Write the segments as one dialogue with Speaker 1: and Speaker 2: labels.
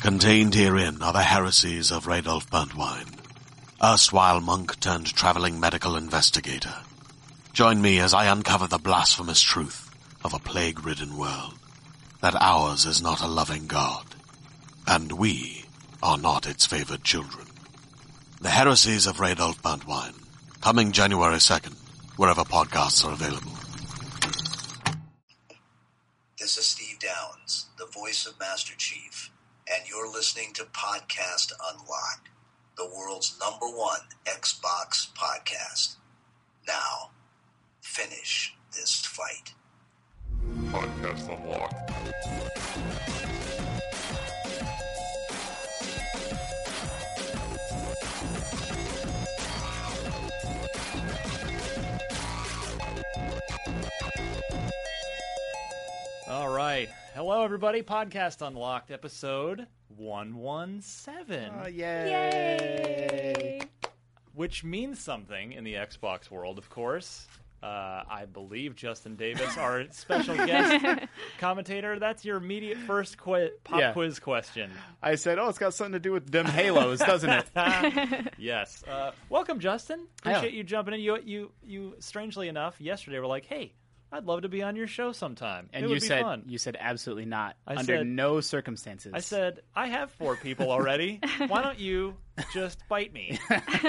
Speaker 1: Contained herein are the heresies of Radolf Burntwine, erstwhile monk turned traveling medical investigator. Join me as I uncover the blasphemous truth of a plague ridden world that ours is not a loving God, and we are not its favored children. The heresies of Radolf Burntwine, coming January 2nd, wherever podcasts are available.
Speaker 2: This is Steve Downs, the voice of Master Chief, and you're listening to Podcast Unlocked, the world's number one Xbox podcast. Now, finish this fight.
Speaker 3: Podcast Unlocked.
Speaker 4: All right. Hello, everybody. Podcast Unlocked, episode 117,
Speaker 5: Oh, yay.
Speaker 4: which means something in the Xbox world, of course. Uh, I believe Justin Davis, our special guest commentator, that's your immediate first qui- pop
Speaker 5: Yeah.
Speaker 4: quiz question.
Speaker 5: I said, oh, it's got something to do with them halos, doesn't it?
Speaker 4: Yes. Uh, welcome, Justin.
Speaker 5: Yeah.
Speaker 4: Appreciate you jumping in. You, you, you, strangely enough, yesterday were like, hey, I'd love to be on your show sometime.
Speaker 6: And
Speaker 4: it
Speaker 6: you
Speaker 4: would be
Speaker 6: said
Speaker 4: fun.
Speaker 6: you said absolutely not.
Speaker 4: I
Speaker 6: under
Speaker 4: said-
Speaker 6: no circumstances.
Speaker 4: I said, I have four people already. Why don't you just bite me?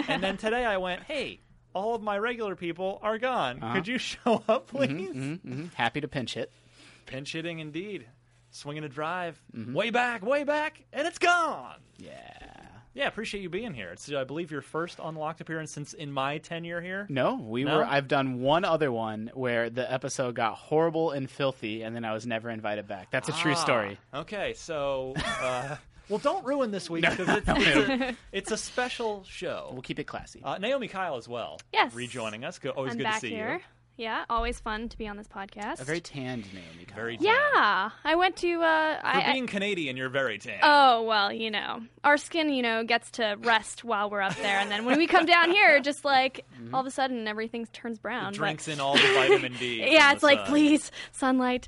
Speaker 4: And then today I went, hey, all of my regular people are gone. Could you show up, please?
Speaker 6: Mhm, happy to pinch hit.
Speaker 4: Pinch hitting indeed. Swinging a drive. Way back, way back, and it's gone. Yeah. Yeah, appreciate you being here. It's, I believe, your first unlocked appearance since in my tenure here.
Speaker 6: No, we
Speaker 4: No?
Speaker 6: were. I've done one other one where the episode got horrible and filthy, and then I was never invited back. That's a true
Speaker 4: Ah.
Speaker 6: story.
Speaker 4: Okay, so. Uh, well, don't ruin this week because it's, it's, a, it's a special show.
Speaker 6: We'll keep it classy.
Speaker 4: Uh, Naomi Kyle as well.
Speaker 7: Yes.
Speaker 4: Rejoining us. Go, always
Speaker 7: I'm
Speaker 4: good
Speaker 7: back
Speaker 4: to see
Speaker 7: here.
Speaker 4: you.
Speaker 7: Yeah, always fun to be on this podcast.
Speaker 6: a very tanned Naomi. Kyle.
Speaker 4: Very tan.
Speaker 7: yeah, I went to. Uh,
Speaker 4: For
Speaker 7: I,
Speaker 4: being Canadian, you're very tan.
Speaker 7: oh well, you know, our skin, you know, gets to rest while we're up there, and then when we come down here, just like all of a sudden everything turns brown.
Speaker 4: It Mm-hmm.
Speaker 7: but-
Speaker 4: drinks in all the vitamin D.
Speaker 7: yeah,
Speaker 4: from
Speaker 7: it's
Speaker 4: the
Speaker 7: like
Speaker 4: sun.
Speaker 7: please sunlight.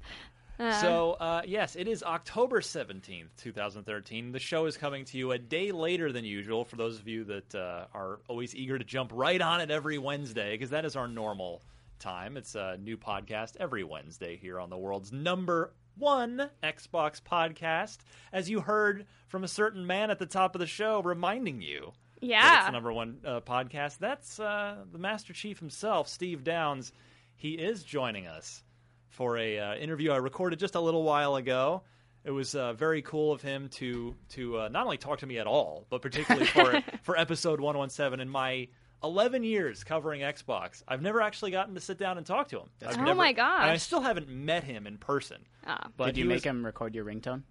Speaker 7: Uh,
Speaker 4: So, uh, yes, it is October 17th, 2013. The show is coming to you a day later than usual for those of you that uh, are always eager to jump right on it every Wednesday, because that is our normal time. It's a new podcast every Wednesday here on the world's number one Xbox podcast. As you heard from a certain man at the top of the show, reminding you that it's
Speaker 7: yeah,
Speaker 4: the number one uh, podcast. That's uh, the Master Chief himself, Steve Downs. He is joining us for a uh, interview I recorded just a little while ago. It was uh, very cool of him to to uh, not only talk to me at all, but particularly for for episode one one seven. In my eleven years covering Xbox, I've never actually gotten to sit down and talk to him. I've
Speaker 7: cool. Oh
Speaker 4: never-
Speaker 7: my gosh.
Speaker 4: And I still haven't met him in person.
Speaker 7: Ah.
Speaker 4: But
Speaker 6: Did you
Speaker 4: he
Speaker 6: make
Speaker 4: was-
Speaker 6: him record your ringtone?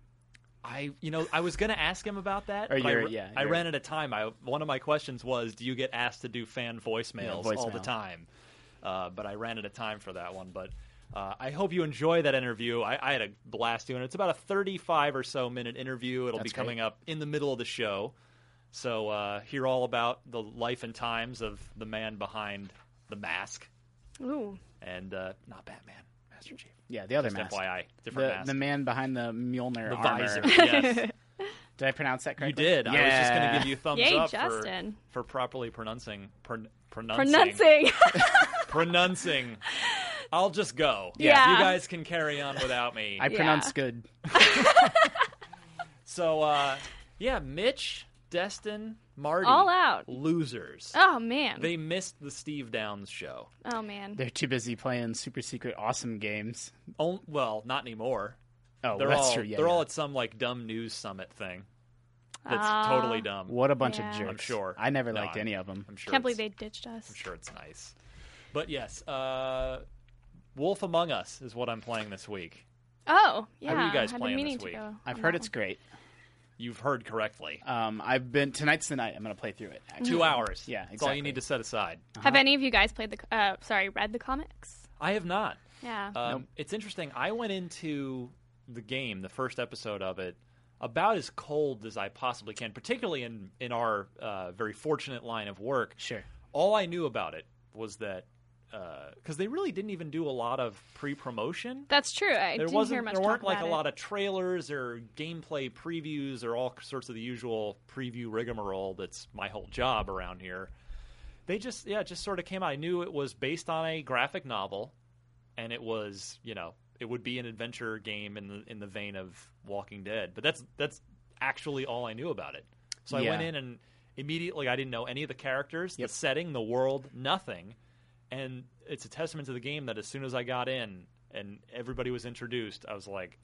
Speaker 4: I, you know, I was gonna ask him about that.
Speaker 6: Or
Speaker 4: but I,
Speaker 6: your-
Speaker 4: ra-
Speaker 6: yeah,
Speaker 4: I
Speaker 6: your-
Speaker 4: ran out of time. I one of my questions was, do you get asked to do fan voicemails
Speaker 6: Yeah,
Speaker 4: all the
Speaker 6: voicemail.
Speaker 4: time? Uh, but I ran out of time for that one. But uh, I hope you enjoy that interview. I, I had a blast doing it. It's about a thirty-five or so minute interview. It'll
Speaker 6: That's
Speaker 4: be coming
Speaker 6: great.
Speaker 4: up in the middle of the show. So uh, hear all about the life and times of the man behind the mask
Speaker 7: ooh,
Speaker 4: and uh, not Batman, Master Chief.
Speaker 6: Yeah, the other
Speaker 4: Just
Speaker 6: mask.
Speaker 4: FYI, different
Speaker 6: The,
Speaker 4: mask.
Speaker 6: the man behind the Mjolnir
Speaker 4: The
Speaker 6: armor.
Speaker 4: visor. yes.
Speaker 6: Did I pronounce that
Speaker 4: You
Speaker 6: correctly?
Speaker 4: did. I was just going to
Speaker 6: Yeah.
Speaker 4: give you thumbs
Speaker 7: Yay,
Speaker 4: up
Speaker 7: Justin.
Speaker 4: For, for properly pronouncing pron- pronouncing
Speaker 7: pronouncing.
Speaker 4: pronouncing. I'll just go.
Speaker 7: Yeah.
Speaker 4: you guys can carry on without me.
Speaker 6: I
Speaker 7: Yeah.
Speaker 6: pronounced good.
Speaker 4: So uh, yeah, Mitch, Destin, Marty,
Speaker 7: All out.
Speaker 4: losers.
Speaker 7: Oh man.
Speaker 4: They missed the Steve Downs show.
Speaker 7: oh man.
Speaker 6: They're too busy playing super secret awesome games.
Speaker 4: On, well, not anymore.
Speaker 6: Oh,
Speaker 4: they're
Speaker 6: that's
Speaker 4: all
Speaker 6: true. Yeah,
Speaker 4: they're
Speaker 6: yeah.
Speaker 4: all at some like dumb news summit thing. That's
Speaker 7: Ah.
Speaker 4: totally dumb.
Speaker 6: What a bunch
Speaker 7: Yeah.
Speaker 6: of jerks!
Speaker 4: I'm sure.
Speaker 6: I never
Speaker 4: No,
Speaker 6: liked
Speaker 4: I'm-
Speaker 6: any of them.
Speaker 4: I'm sure.
Speaker 7: Can't believe
Speaker 4: it's-
Speaker 7: they ditched us.
Speaker 4: I'm sure it's nice. But yes, uh, Wolf Among Us is what I'm playing this week.
Speaker 7: Oh yeah.
Speaker 4: you guys
Speaker 7: I've been
Speaker 4: playing
Speaker 7: meaning
Speaker 4: this
Speaker 7: to
Speaker 4: week?
Speaker 7: go
Speaker 6: I've
Speaker 7: on
Speaker 6: heard
Speaker 7: that
Speaker 6: it's great.
Speaker 4: You've heard correctly.
Speaker 6: Um, I've been tonight's the night. I'm gonna play through it. actually.
Speaker 4: Two hours.
Speaker 6: Mm-hmm. Yeah,
Speaker 4: That's all you
Speaker 6: exactly.
Speaker 4: need to set aside.
Speaker 7: one. Have any of you guys played the? Uh, sorry, read the comics?
Speaker 4: I have not.
Speaker 7: Yeah.
Speaker 4: Um, It's interesting. I went into the game, the first episode of it, about as cold as I possibly can, particularly in in our uh, very fortunate line of work.
Speaker 6: Sure.
Speaker 4: All I knew about it was that because they really didn't even do a lot of pre-promotion.
Speaker 7: That's true. I
Speaker 4: there
Speaker 7: didn't
Speaker 4: wasn't
Speaker 7: hear much
Speaker 4: there
Speaker 7: talk
Speaker 4: weren't like
Speaker 7: about
Speaker 4: a
Speaker 7: it.
Speaker 4: lot of trailers or gameplay previews or all sorts of the usual preview rigmarole that's my whole job around here they just yeah it just sort of came out i knew it was based on a graphic novel and it was you know it would be an adventure game in the in the vein of walking dead but that's that's actually all i knew about it so i
Speaker 6: Yeah.
Speaker 4: went in and immediately i didn't know any of the characters
Speaker 6: Yep.
Speaker 4: the setting the world nothing and it's a testament to the game that as soon as I got in and everybody was introduced, I was like,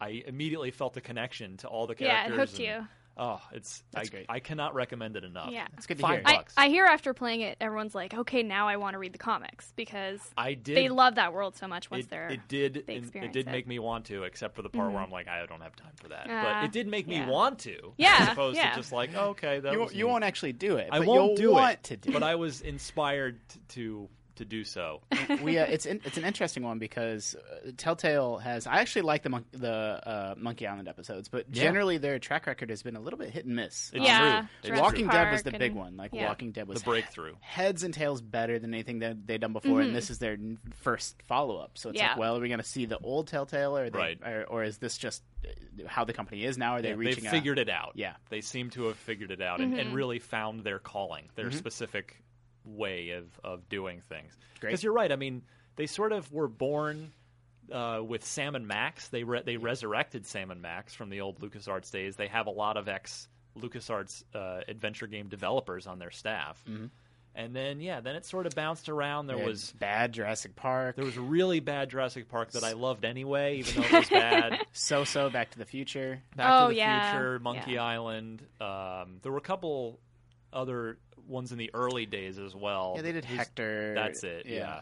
Speaker 4: I immediately felt a connection to all the
Speaker 7: Yeah,
Speaker 4: characters.
Speaker 7: it hooked
Speaker 4: and-
Speaker 7: you.
Speaker 4: Oh, it's
Speaker 6: That's
Speaker 4: I,
Speaker 6: great.
Speaker 4: I cannot recommend it enough.
Speaker 7: Yeah.
Speaker 6: That's good to
Speaker 4: Five
Speaker 6: hear.
Speaker 7: I,
Speaker 4: bucks.
Speaker 7: I hear after playing it, everyone's like, okay, now I want to read the comics because
Speaker 4: I did.
Speaker 7: they love that world so much once
Speaker 4: it,
Speaker 7: they're.
Speaker 4: it did
Speaker 7: they
Speaker 4: it- it
Speaker 7: experience
Speaker 4: did
Speaker 7: it.
Speaker 4: make me want to, except for the part where I'm like, I don't have time for that.
Speaker 7: Ah,
Speaker 4: but it did make me
Speaker 7: yeah.
Speaker 4: want to. as
Speaker 7: Yeah,
Speaker 4: opposed
Speaker 7: yeah.
Speaker 4: to just like, okay, that
Speaker 6: You,
Speaker 4: was
Speaker 6: won't- you
Speaker 4: neat.
Speaker 6: won't actually do it.
Speaker 4: I
Speaker 6: but
Speaker 4: won't
Speaker 6: you'll
Speaker 4: do
Speaker 6: want
Speaker 4: it,
Speaker 6: to do
Speaker 4: but
Speaker 6: it.
Speaker 4: I was inspired t- to to do so.
Speaker 6: we uh, it's in, it's an interesting one because uh, Telltale has I actually like the mon- the uh, Monkey Island episodes, but
Speaker 4: Yeah.
Speaker 6: generally their track record has been a little bit hit and miss.
Speaker 4: It's
Speaker 7: Yeah,
Speaker 4: true. It's
Speaker 7: Jurassic
Speaker 6: Walking Dead was
Speaker 7: Park
Speaker 6: the
Speaker 7: and-
Speaker 6: big one. Like
Speaker 7: yeah.
Speaker 6: Walking Dead was
Speaker 4: the breakthrough.
Speaker 6: heads and tails better than anything that they've done before, and this is their n- first follow up. So it's
Speaker 7: Yeah.
Speaker 6: like, well, are we going to see the old Telltale, or, they,
Speaker 4: Right.
Speaker 6: or or is this just uh, how the company is now? Are they
Speaker 4: Yeah,
Speaker 6: reaching?
Speaker 4: They've
Speaker 6: out?
Speaker 4: figured it out.
Speaker 6: Yeah.
Speaker 4: they seem to have figured it out and, and really found their calling, their
Speaker 6: Mm-hmm.
Speaker 4: specific way of of doing things.
Speaker 6: Great.
Speaker 4: Because you're right. I mean, they sort of were born. Uh, with Sam and Max, they re- they resurrected Sam and Max from the old LucasArts days. They have a lot of ex LucasArts uh, adventure game developers on their staff,
Speaker 6: Mm-hmm.
Speaker 4: and then yeah, then it sort of bounced around. There
Speaker 6: They had
Speaker 4: was
Speaker 6: bad Jurassic Park.
Speaker 4: there was a really bad Jurassic Park that I loved anyway, even though it was bad.
Speaker 6: so so Back to the Future.
Speaker 4: Back
Speaker 7: Oh,
Speaker 4: to the
Speaker 7: yeah.
Speaker 4: Future, Monkey
Speaker 7: Yeah.
Speaker 4: Island. Um, there were a couple other ones in the early days as well.
Speaker 6: Yeah, they did
Speaker 4: These-
Speaker 6: Hector.
Speaker 4: That's it. Yeah.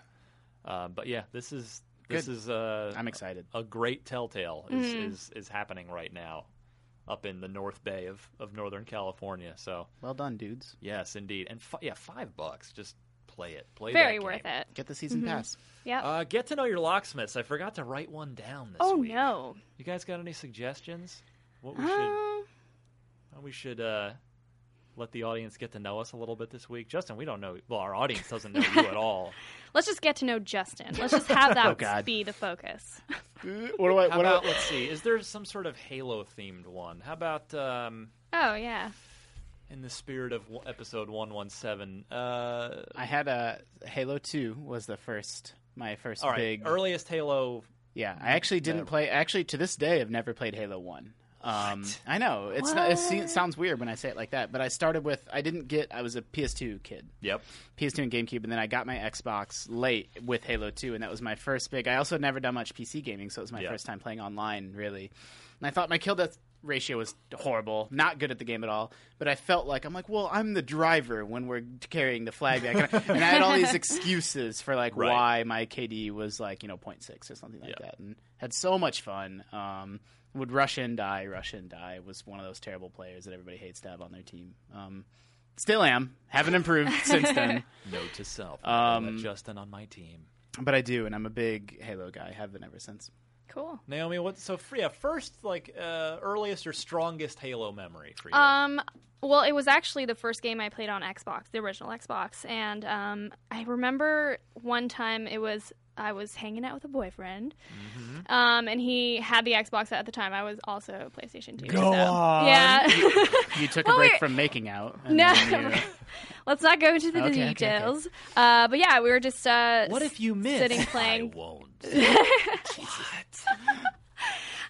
Speaker 4: Um, but yeah, this is this
Speaker 6: Good.
Speaker 4: is uh,
Speaker 6: I'm excited.
Speaker 4: a great telltale is,
Speaker 7: Mm-hmm.
Speaker 4: is is happening right now up in the North Bay of of Northern California. So
Speaker 6: Well done, dudes.
Speaker 4: yes, indeed, and fi- yeah, five bucks. Just play it. Play
Speaker 7: very
Speaker 4: that
Speaker 7: worth
Speaker 4: game.
Speaker 7: it.
Speaker 6: Get the season pass.
Speaker 7: Yep.
Speaker 4: Uh, get to know your locksmiths. I forgot to write one down this
Speaker 7: oh
Speaker 4: week.
Speaker 7: no.
Speaker 4: You guys got any suggestions? What we should
Speaker 7: Uh,
Speaker 4: Well, We should uh, let the audience get to know us a little bit this week. Justin, we don't know. Well, our audience doesn't know you at all.
Speaker 7: let's just get to know Justin. Let's just have that
Speaker 6: God.
Speaker 7: be the focus.
Speaker 6: What do I?
Speaker 4: How about, let's see, is there some sort of Halo themed one? How about um,
Speaker 7: Oh yeah.
Speaker 4: in the spirit of w- episode 117? Uh,
Speaker 6: I had a Halo Two was the first my first
Speaker 4: all right,
Speaker 6: big.
Speaker 4: earliest Halo.
Speaker 6: Yeah, I actually didn't
Speaker 4: Never.
Speaker 6: play. Actually, to this day, I've never played Halo One. Um, I know it's not, it se- sounds weird when I say it like that, but I started with I didn't get. I was a PS2 kid,
Speaker 4: Yep.
Speaker 6: PS2 and GameCube, and then I got my Xbox late with Halo Two, and that was my first big. I also had never done much PC gaming, so it was my
Speaker 4: Yeah.
Speaker 6: first time playing online really. And I thought my kill death ratio was horrible, not good at the game at all. But I felt like I'm like, well, I'm the driver when we're carrying the flag back, and I, and I had all these excuses for like
Speaker 4: Right.
Speaker 6: why my KD was like you know 0.6 or something like
Speaker 4: Yeah.
Speaker 6: that, and had so much fun. Um, would rush in, die, rush in, die. Was one of those terrible players that everybody hates to have on their team. Um, still am. Haven't improved since then,
Speaker 4: Note to self. I
Speaker 6: Um,
Speaker 4: don't let Justin on my team.
Speaker 6: but I do, and I'm a big Halo guy. Have been ever since.
Speaker 7: Cool.
Speaker 4: Naomi, what? So, f- yeah, first, like, uh, earliest or strongest Halo memory for you?
Speaker 7: Um, well, it was actually the first game I played on Xbox, the original Xbox, and um, I remember one time it was I was hanging out with a boyfriend,
Speaker 6: Mm-hmm.
Speaker 7: um, and he had the Xbox at the time. I was also a PlayStation Two. Go on. Yeah.
Speaker 6: You took
Speaker 7: Well,
Speaker 6: a break
Speaker 7: we-
Speaker 6: from making out. and
Speaker 7: no.
Speaker 6: then you-
Speaker 7: Let's not go into the
Speaker 6: Okay, okay, okay.
Speaker 7: details. Uh, but yeah, we were just uh,
Speaker 4: what if you miss?
Speaker 7: sitting playing
Speaker 4: I won't.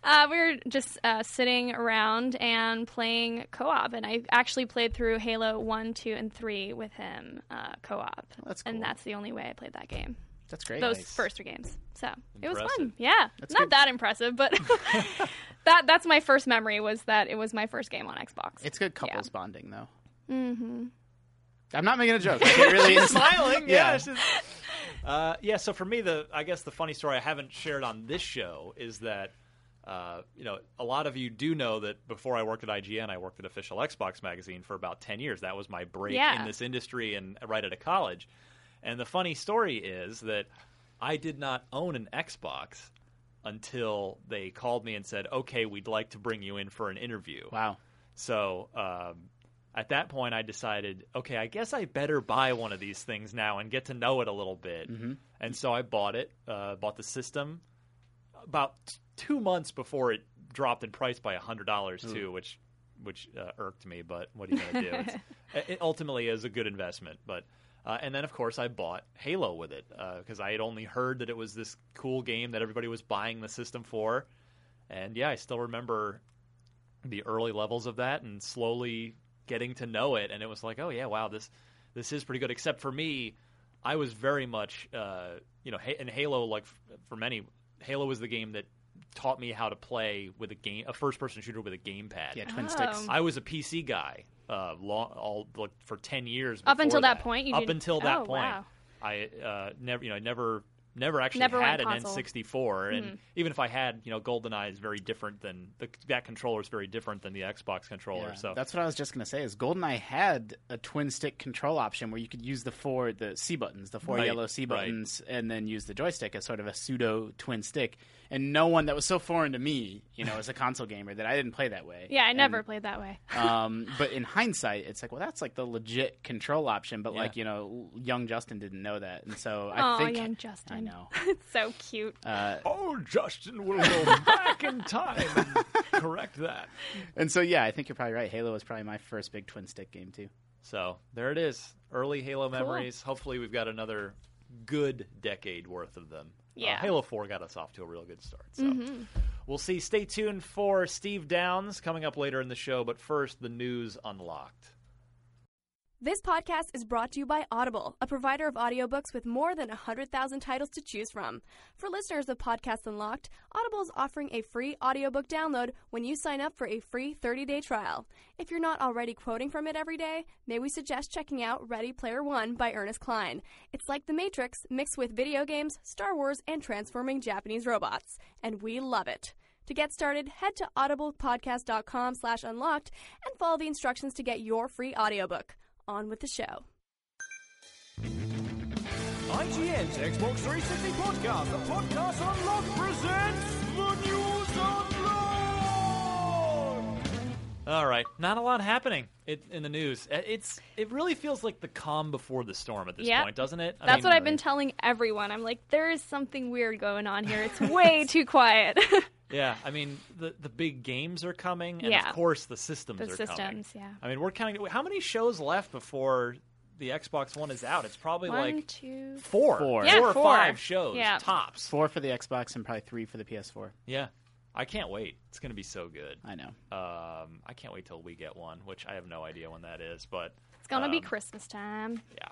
Speaker 7: Uh, we were just uh, sitting around and playing co op, and I actually played through Halo 1, 2, and 3 with him uh, co op.
Speaker 6: that's cool.
Speaker 7: And that's the only way I played that game.
Speaker 6: That's great.
Speaker 7: Those first three games. So it was
Speaker 4: Impressive.
Speaker 7: fun. Yeah. Not
Speaker 6: good.
Speaker 7: that impressive, but that that's my first memory was that it was my first game on Xbox.
Speaker 6: It's good couples
Speaker 7: Yeah.
Speaker 6: bonding though. Mm-hmm. I'm not making a joke. It really is.
Speaker 4: smiling.
Speaker 6: Yeah.
Speaker 4: yeah. she's- Uh, yeah. So for me, the I guess the funny story I haven't shared on this show is that uh, you know a lot of you do know that before I worked at IGN, I worked at Official Xbox Magazine for about ten years. That was my break
Speaker 7: Yeah.
Speaker 4: in this industry and right out of college. And the funny story is that I did not own an Xbox until they called me and said, "Okay, we'd like to bring you in for an interview."
Speaker 6: Wow.
Speaker 4: So um, at that point, I decided, okay, I guess I better buy one of these things now and get to know it a little bit. And so I bought it, uh, bought the system about t- two months before it dropped in price by hundred dollars too, which which uh, irked me. But what are you gonna do? It's, it ultimately is a good investment, but. Uh, and then, of course, I bought Halo with it because I had only heard that it was this cool game that everybody was buying the system for. And yeah, I still remember the early levels of that and slowly getting to know it and it was like oh yeah wow this this is pretty good except for me i was very much uh, you know Ha- and halo like f- for many halo was the game that taught me how to play with a game a first person shooter with a gamepad
Speaker 6: Yeah, twin
Speaker 7: Oh.
Speaker 6: sticks.
Speaker 4: i was a pc guy uh, long, all like, for 10 years
Speaker 7: Up
Speaker 4: before
Speaker 7: until that point, you
Speaker 4: up
Speaker 7: didn't-
Speaker 4: until that
Speaker 7: oh,
Speaker 4: point
Speaker 7: wow.
Speaker 4: i uh, never you know I never never actually
Speaker 7: Never
Speaker 4: had an
Speaker 7: went console. Hmm.
Speaker 4: N64, and even if I had, you know, GoldenEye is very different than the, that controller is very different than the Xbox controller.
Speaker 6: Yeah,
Speaker 4: so
Speaker 6: that's what I was just gonna say. Is GoldenEye had a twin stick control option where you could use the four the C buttons, the four
Speaker 4: Right,
Speaker 6: yellow C
Speaker 4: right.
Speaker 6: buttons, and then use the joystick as sort of a pseudo twin stick. And no one that was so foreign to me, you know, as a console gamer, that I didn't play that way.
Speaker 7: yeah, I
Speaker 6: And,
Speaker 7: never played that way.
Speaker 6: um, but in hindsight, it's like, well, that's like the legit control option. But like, you know, young Justin didn't know that, and so I
Speaker 7: Aw,
Speaker 6: think
Speaker 7: young Justin.
Speaker 6: I know.
Speaker 7: it's so cute.
Speaker 4: oh, Justin will go back in time and correct that.
Speaker 6: And so yeah, I think you're probably right. Halo was probably my first big twin stick game too.
Speaker 4: So there it is, early Halo memories. Hopefully, we've got another good decade worth of them. Uh,
Speaker 7: Yeah. Mm-hmm.
Speaker 4: Halo Four got us off to a real good start. So. We'll see. Stay tuned for Steve Downs coming up later in the show, but first, the news unlocked.
Speaker 8: This podcast is brought to you by Audible, a provider of audiobooks with more than 100,000 titles to choose from. For listeners of Podcasts Unlocked, Audible is offering a free audiobook download when you sign up for a free 30-day trial. If you're not already quoting from it every day, may we suggest checking out Ready Player One by Ernest Klein. It's like The Matrix mixed with video games, Star Wars, and transforming Japanese robots. And we love it. To get started, head to audiblepodcast.com slash unlocked and follow the instructions to get your free audiobook. On with the show.
Speaker 9: IGN's Xbox 360 podcast, the podcast unlocked, presents the news unlocked.
Speaker 4: All right, not a lot happening it, in the news. Uh, It's it really feels like the calm before the storm at this
Speaker 7: Yep.
Speaker 4: point, doesn't it? I
Speaker 7: That's
Speaker 4: mean,
Speaker 7: what I've been telling everyone. I'm like, there is something weird going on here. It's way too quiet.
Speaker 4: yeah, I mean the the big games are coming, and
Speaker 7: Yeah.
Speaker 4: of course the systems
Speaker 7: The
Speaker 4: are coming.
Speaker 7: systems, yeah.
Speaker 4: I mean, we're counting. How many shows left before the Xbox One is out? It's probably
Speaker 7: One,
Speaker 4: like
Speaker 7: two,
Speaker 4: four,
Speaker 6: Four.
Speaker 7: Yeah,
Speaker 4: or
Speaker 7: four.
Speaker 4: five shows
Speaker 7: Yeah.
Speaker 4: tops.
Speaker 6: Four for the Xbox and probably three for the PS4.
Speaker 4: Yeah, I can't wait. It's gonna be so good.
Speaker 6: I know.
Speaker 4: Um, I can't wait till we get one, which I have no idea when that is, but
Speaker 7: It's gonna be
Speaker 4: Um,
Speaker 7: Christmas time.
Speaker 4: yeah,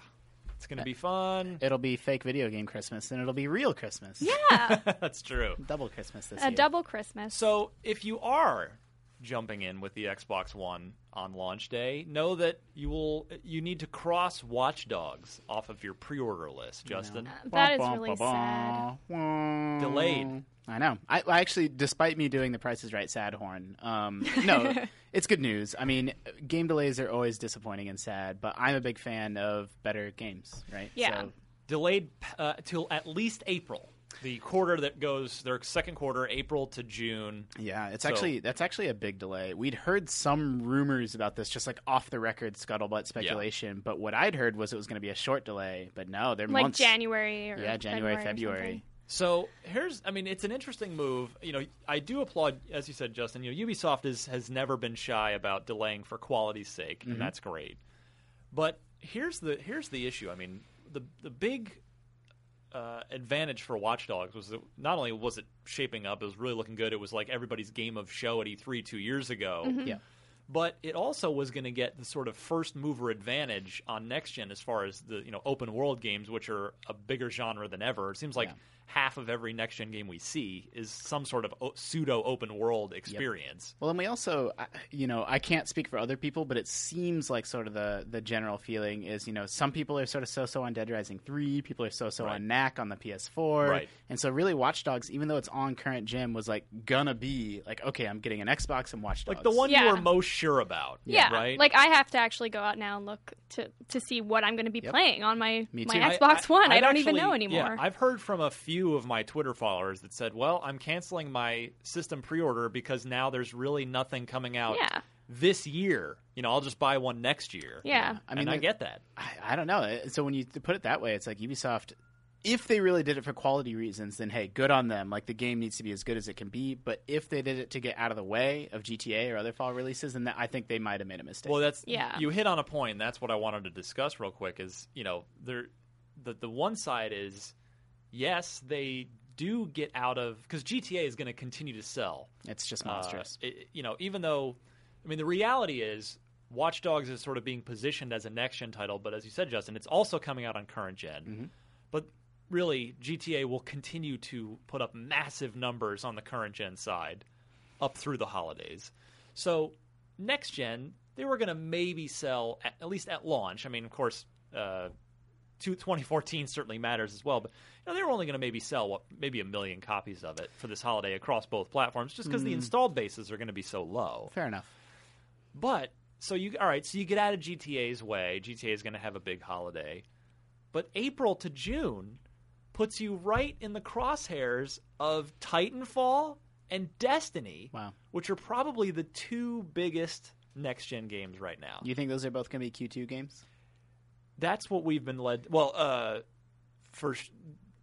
Speaker 4: it's gonna be fun.
Speaker 6: It'll be fake video game Christmas, and it'll be real Christmas. Yeah.
Speaker 7: Yeah,
Speaker 4: That's true.
Speaker 6: Double Christmas this
Speaker 7: a
Speaker 6: year.
Speaker 7: double Christmas.
Speaker 4: So if you are jumping in with the Xbox One on launch day, know that you will you need to cross Watch Dogs off of your pre-order list, Justin. Uh,
Speaker 7: that is really sad.
Speaker 6: sad.
Speaker 4: Delayed.
Speaker 6: I know. I, I actually, despite me doing the Price is Right sad horn, um, no, it's good news. I mean, game delays are always disappointing and sad, but I'm a big fan of better games, right?
Speaker 7: Yeah.
Speaker 6: So,
Speaker 4: Delayed uh, till at least April, the quarter that goes their second quarter, April to June.
Speaker 6: yeah, it's
Speaker 4: So-
Speaker 6: actually that's actually a big delay. We'd heard some rumors about this, just like off the record scuttlebutt speculation. But what I'd heard was it was going to be a short delay. But no, they're
Speaker 7: Like
Speaker 6: months.
Speaker 7: January or
Speaker 6: Yeah, January,
Speaker 7: February.
Speaker 6: February.
Speaker 7: or something.
Speaker 4: So here's, I mean, it's an interesting move. You know, I do applaud, as you said, Justin. You know, Ubisoft is, has never been shy about delaying for quality's sake, and that's great. But here's the here's the issue. I mean, the the big uh, advantage for Watch Dogs was that not only was it shaping up, it was really looking good. It was like everybody's game of show at E3 two years ago.
Speaker 6: Mhm. Yeah.
Speaker 4: But it also was going to get the sort of first mover advantage on next gen as far as the you know open world games, which are a bigger genre than ever. It seems like half of every next gen game we see is some sort of o- pseudo open world experience.
Speaker 6: Well, and we also, I- you know, I can't speak for other people, but it seems like sort of the the general feeling is, you know, some people are sort of so so on Dead Rising three, people are so so on Knack on the PS4,
Speaker 4: Right.
Speaker 6: And so, really, Watch Dogs, even though it's on current gen, was like gonna be like, okay, I'm getting an Xbox and Watch Dogs,
Speaker 4: Like the one
Speaker 7: Yeah.
Speaker 4: you were most sure about.
Speaker 7: Yeah,
Speaker 4: Right?
Speaker 7: like I have to actually go out now and look to to see what I'm going to be playing on my
Speaker 4: Me
Speaker 7: my
Speaker 4: too.
Speaker 7: Xbox One. I
Speaker 4: I've
Speaker 7: don't even
Speaker 4: actually-
Speaker 7: know
Speaker 4: Yeah,
Speaker 7: anymore.
Speaker 4: I've heard from a few of my Twitter followers that said, "Well, I'm canceling my system pre-order because now there's really nothing coming out
Speaker 7: Yeah.
Speaker 4: this year. You know, I'll just buy one next year."
Speaker 7: Yeah.
Speaker 6: I mean,
Speaker 4: and I
Speaker 6: the-
Speaker 4: get that.
Speaker 6: I, I don't know. It- So when you th- put it that way, it's like Ubisoft. If they really did it for quality reasons, then hey, good on them. Like the game needs to be as good as it can be. But if they did it to get out of the way of GTA or other fall releases, then that, I think they might have made a mistake.
Speaker 4: Well, that's
Speaker 7: Yeah.
Speaker 4: You hit on a point. and That's what I wanted to discuss real quick. Is you know there, the the one side is yes they do get out of because GTA is going to continue to sell.
Speaker 6: It's just
Speaker 4: Uh,
Speaker 6: monstrous.
Speaker 4: it- you know, even though I mean the reality is. Watch Dogs is sort of being positioned as a next gen title, but as you said, Justin, it's also coming out on current general But really, GTA will continue to put up massive numbers on the current gen side up through the holidays. So next gen, they were going to maybe sell at, at least at launch. I mean, of course, uh, two, 2014 certainly matters as well. But you know, they were only going to maybe sell what maybe a million copies of it for this holiday across both platforms, just because the
Speaker 6: Mm.
Speaker 4: installed bases are going to be so low.
Speaker 6: Fair enough.
Speaker 4: But so you all right? So you get out of GTA's way. GTA is going to have a big holiday, but April to June puts you right in the crosshairs of Titanfall and Destiny,
Speaker 6: Wow.
Speaker 4: which are probably the two biggest next gen games right now.
Speaker 6: You think those are both going to be Q2 games?
Speaker 4: That's what we've been led. Well, uh, for sh-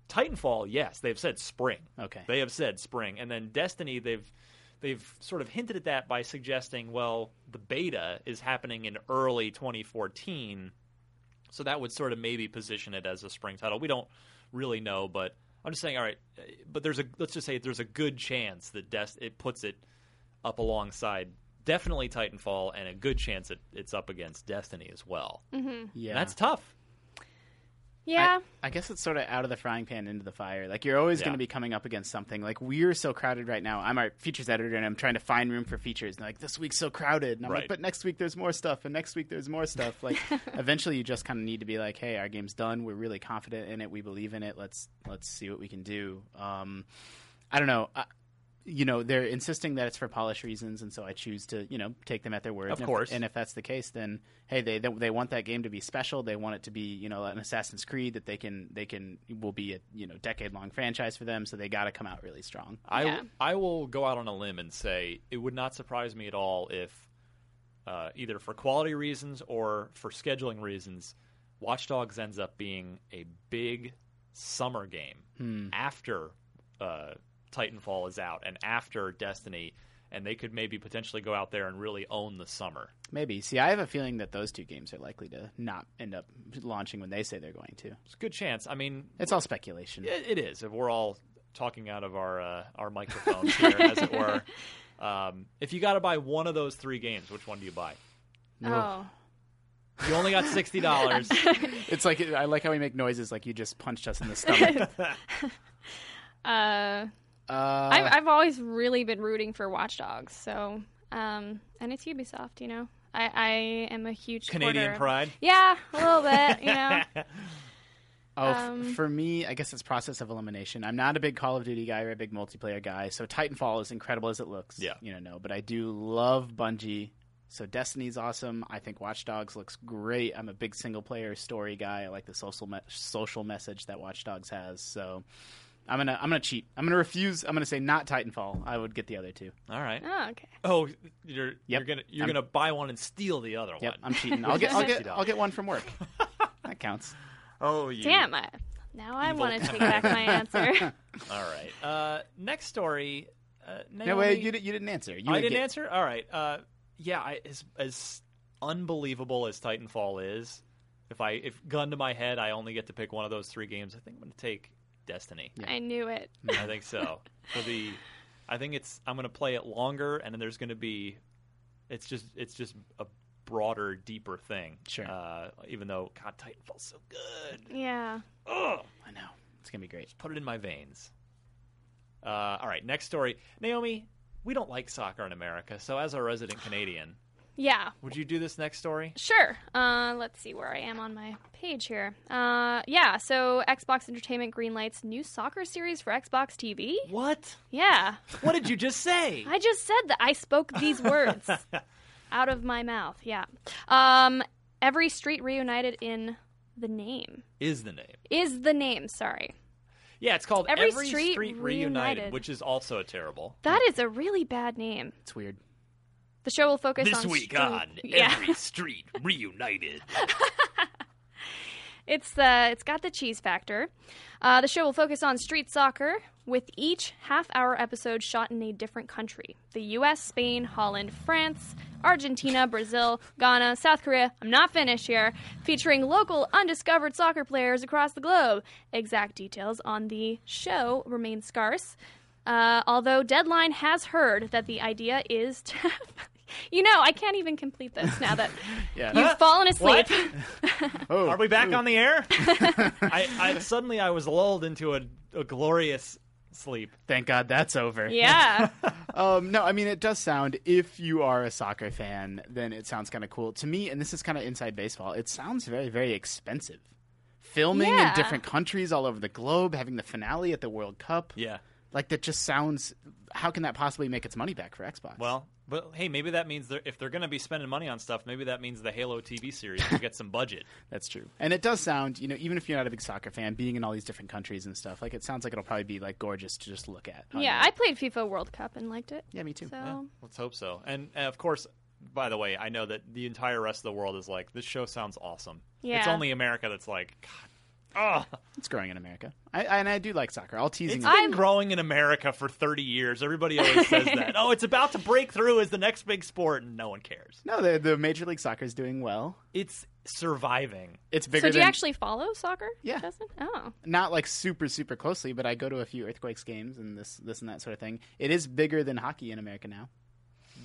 Speaker 4: Titanfall, yes, they've said spring.
Speaker 6: Okay.
Speaker 4: They have said spring, and then Destiny, they've they've sort of hinted at that by suggesting, well, the beta is happening in early 2014, so that would sort of maybe position it as a spring title. We don't really know, but I'm just saying, all right, uh, but there's a let's just say there's a good chance that Dest it puts it up alongside definitely Titanfall, and a good chance it, it's up against Destiny as well.
Speaker 7: Mhm.
Speaker 6: Yeah.
Speaker 4: that's tough.
Speaker 7: yeah.
Speaker 6: I guess it's sort of out of the frying pan into the fire. Like you're always
Speaker 4: Yeah.
Speaker 6: going to be coming up against something. Like we're so crowded right now. I'm our features editor, and I'm trying to find room for features. And like this week's so crowded, and I'm
Speaker 4: Right.
Speaker 6: like, but next week there's more stuff, and next week there's more stuff. Like eventually, you just kind of need to be like, hey, our game's done. We're really confident in it. We believe in it. Let's let's see what we can do. Um, I don't know. I, you know, they're insisting that it's for polish reasons, and so I choose to, you know, take them at their word.
Speaker 4: Of
Speaker 6: And if-
Speaker 4: course.
Speaker 6: and if that's the case, then hey, they they want that game to be special. They want it to be, you know, an Assassin's Creed that they can they can will be a you know decade long franchise for them. So they got to come out really strong.
Speaker 4: I, I will go out on a limb and say it would not surprise me at all if, uh, either for quality reasons or for scheduling reasons, Watch Dogs ends up being a big summer game
Speaker 6: Hmm.
Speaker 4: after uh, Titanfall is out and after Destiny, and they could maybe potentially go out there and really own the summer.
Speaker 6: Maybe. See, I have a feeling that those two games are likely to not end up launching when they say they're going to.
Speaker 4: It's a good chance. I mean,
Speaker 6: It's all speculation.
Speaker 4: It, it is. If we're all talking out of our uh, our microphones here, as it were. Um, if you got to buy one of those three games, which one do you buy?
Speaker 7: Oh.
Speaker 4: You only got sixty dollars.
Speaker 6: It's like I like how we make noises like you just punched us in the stomach.
Speaker 7: Uh,
Speaker 6: Uh,
Speaker 7: I've, I've always really been rooting for Watch Dogs, so um, and it's Ubisoft, you know. I, I am a huge
Speaker 4: Canadian
Speaker 7: supporter.
Speaker 4: pride?
Speaker 7: Yeah, a little bit, you know.
Speaker 6: Oh, f-
Speaker 7: Um,
Speaker 6: for me, I guess it's process of elimination. I'm not a big Call of Duty guy or a big multiplayer guy, so Titanfall is incredible as it looks.
Speaker 4: Yeah.
Speaker 6: you know, no, but I do love Bungie. So Destiny's awesome. I think Watch Dogs looks great. I'm a big single player story guy. I like the social me- social message that Watch Dogs has. So I'm gonna I'm gonna cheat. I'm gonna refuse. I'm gonna say not Titanfall. I would get the other two.
Speaker 4: All right.
Speaker 7: Oh, okay.
Speaker 4: Oh, you're you're gonna you're
Speaker 6: I'm-
Speaker 4: gonna buy one and steal the other
Speaker 6: Yep,
Speaker 4: one.
Speaker 6: I'm cheating. I'll get I'll get
Speaker 4: $60.
Speaker 6: I'll get one from work. That counts.
Speaker 4: Oh, you.
Speaker 7: Damn, I, now I
Speaker 4: evil
Speaker 7: want to take back my answer.
Speaker 4: All right. Uh, next story. Uh, Naomi...
Speaker 6: No way. You, di- you didn't answer. You
Speaker 4: I
Speaker 6: would
Speaker 4: didn't
Speaker 6: get-
Speaker 4: answer. All right. Uh, yeah. I, as as unbelievable as Titanfall is, if I if gun to my head, I only get to pick one of those three games. I think I'm going to take Destiny.
Speaker 7: I knew it.
Speaker 4: I think so. For the, I think it's I'm gonna play it longer, and then there's gonna be, it's just it's just a broader, deeper thing.
Speaker 6: Sure.
Speaker 4: Uh, even though God, Titanfall's so good.
Speaker 7: Yeah.
Speaker 4: Oh,
Speaker 6: I know. It's gonna be great.
Speaker 4: Just put it in my veins. Uh, all right, next story. Naomi, we don't like soccer in America, so as a resident Canadian,
Speaker 7: Yeah.
Speaker 4: would you do this next story?
Speaker 7: Sure. Uh, let's see where I am on my page here. Uh, yeah, so Xbox Entertainment greenlights new soccer series for Xbox TV.
Speaker 4: What?
Speaker 7: Yeah.
Speaker 4: What did you just say?
Speaker 7: I just said that I spoke these words out of my mouth. Yeah. Um, every street reunited in the name
Speaker 4: Is the name?
Speaker 7: is the name. Sorry.
Speaker 4: Yeah, it's called
Speaker 7: Every
Speaker 4: Every,
Speaker 7: Street
Speaker 4: Street,
Speaker 7: Reunited.
Speaker 4: Reunited, which is also a terrible.
Speaker 7: That is a really bad name.
Speaker 6: It's weird.
Speaker 7: The show will focus
Speaker 4: This
Speaker 7: on
Speaker 4: week
Speaker 7: street-
Speaker 4: on
Speaker 7: yeah.
Speaker 4: Every Street Reunited.
Speaker 7: It's the it's got the cheese factor. Uh, the show will focus on street soccer, with each half-hour episode shot in a different country: the U.S., Spain, Holland, France, Argentina, Brazil, Ghana, South Korea. I'm not finished here. Featuring local undiscovered soccer players across the globe. Exact details on the show remain scarce. Uh, although Deadline has heard that the idea is to. you know, I can't even complete this now that
Speaker 6: Yeah.
Speaker 7: you've fallen asleep.
Speaker 4: What?
Speaker 6: Oh.
Speaker 4: Are we back on the air? I, I suddenly I was lulled into a, a glorious sleep.
Speaker 6: Thank God that's over.
Speaker 7: Yeah.
Speaker 6: Um, no, I mean it does sound. If you are a soccer fan, then it sounds kind of cool to me. And this is kind of inside baseball. It sounds very, very expensive. Filming
Speaker 7: Yeah.
Speaker 6: in different countries all over the globe, having the finale at the World Cup,
Speaker 4: Yeah.
Speaker 6: like that just sounds. How can that possibly make its money back for Xbox?
Speaker 4: Well, but hey, maybe that means they're, if they're going to be spending money on stuff, maybe that means the Halo TV series will get some budget.
Speaker 6: that's true. And it does sound. You know, even if you're not a big soccer fan, being in all these different countries and stuff, like it sounds like it'll probably be like gorgeous to just look at. on
Speaker 7: Yeah,
Speaker 6: your-
Speaker 7: I played FIFA World Cup and liked it.
Speaker 6: yeah, me too.
Speaker 7: So
Speaker 4: Yeah, let's hope so. And, and of course, by the way, I know that the entire rest of the world is like, this show sounds awesome. It's
Speaker 7: Yeah.
Speaker 4: only America that's like, God, oh,
Speaker 6: It's growing in America. I, I- and I do like soccer. All
Speaker 4: it's
Speaker 6: teasing.
Speaker 4: been growing in America for 30 years. Everybody always says that. Oh, it's about to break through as the next big sport, and no one cares.
Speaker 6: no, the, the Major League Soccer is doing well.
Speaker 4: It's surviving.
Speaker 6: It's
Speaker 7: so
Speaker 6: bigger.
Speaker 7: do you
Speaker 6: than,
Speaker 7: actually follow soccer?
Speaker 6: Yeah.
Speaker 7: Justin? Oh.
Speaker 6: not like super super closely, but I go to a few earthquakes games and this this and that sort of thing. It is bigger than hockey in America now.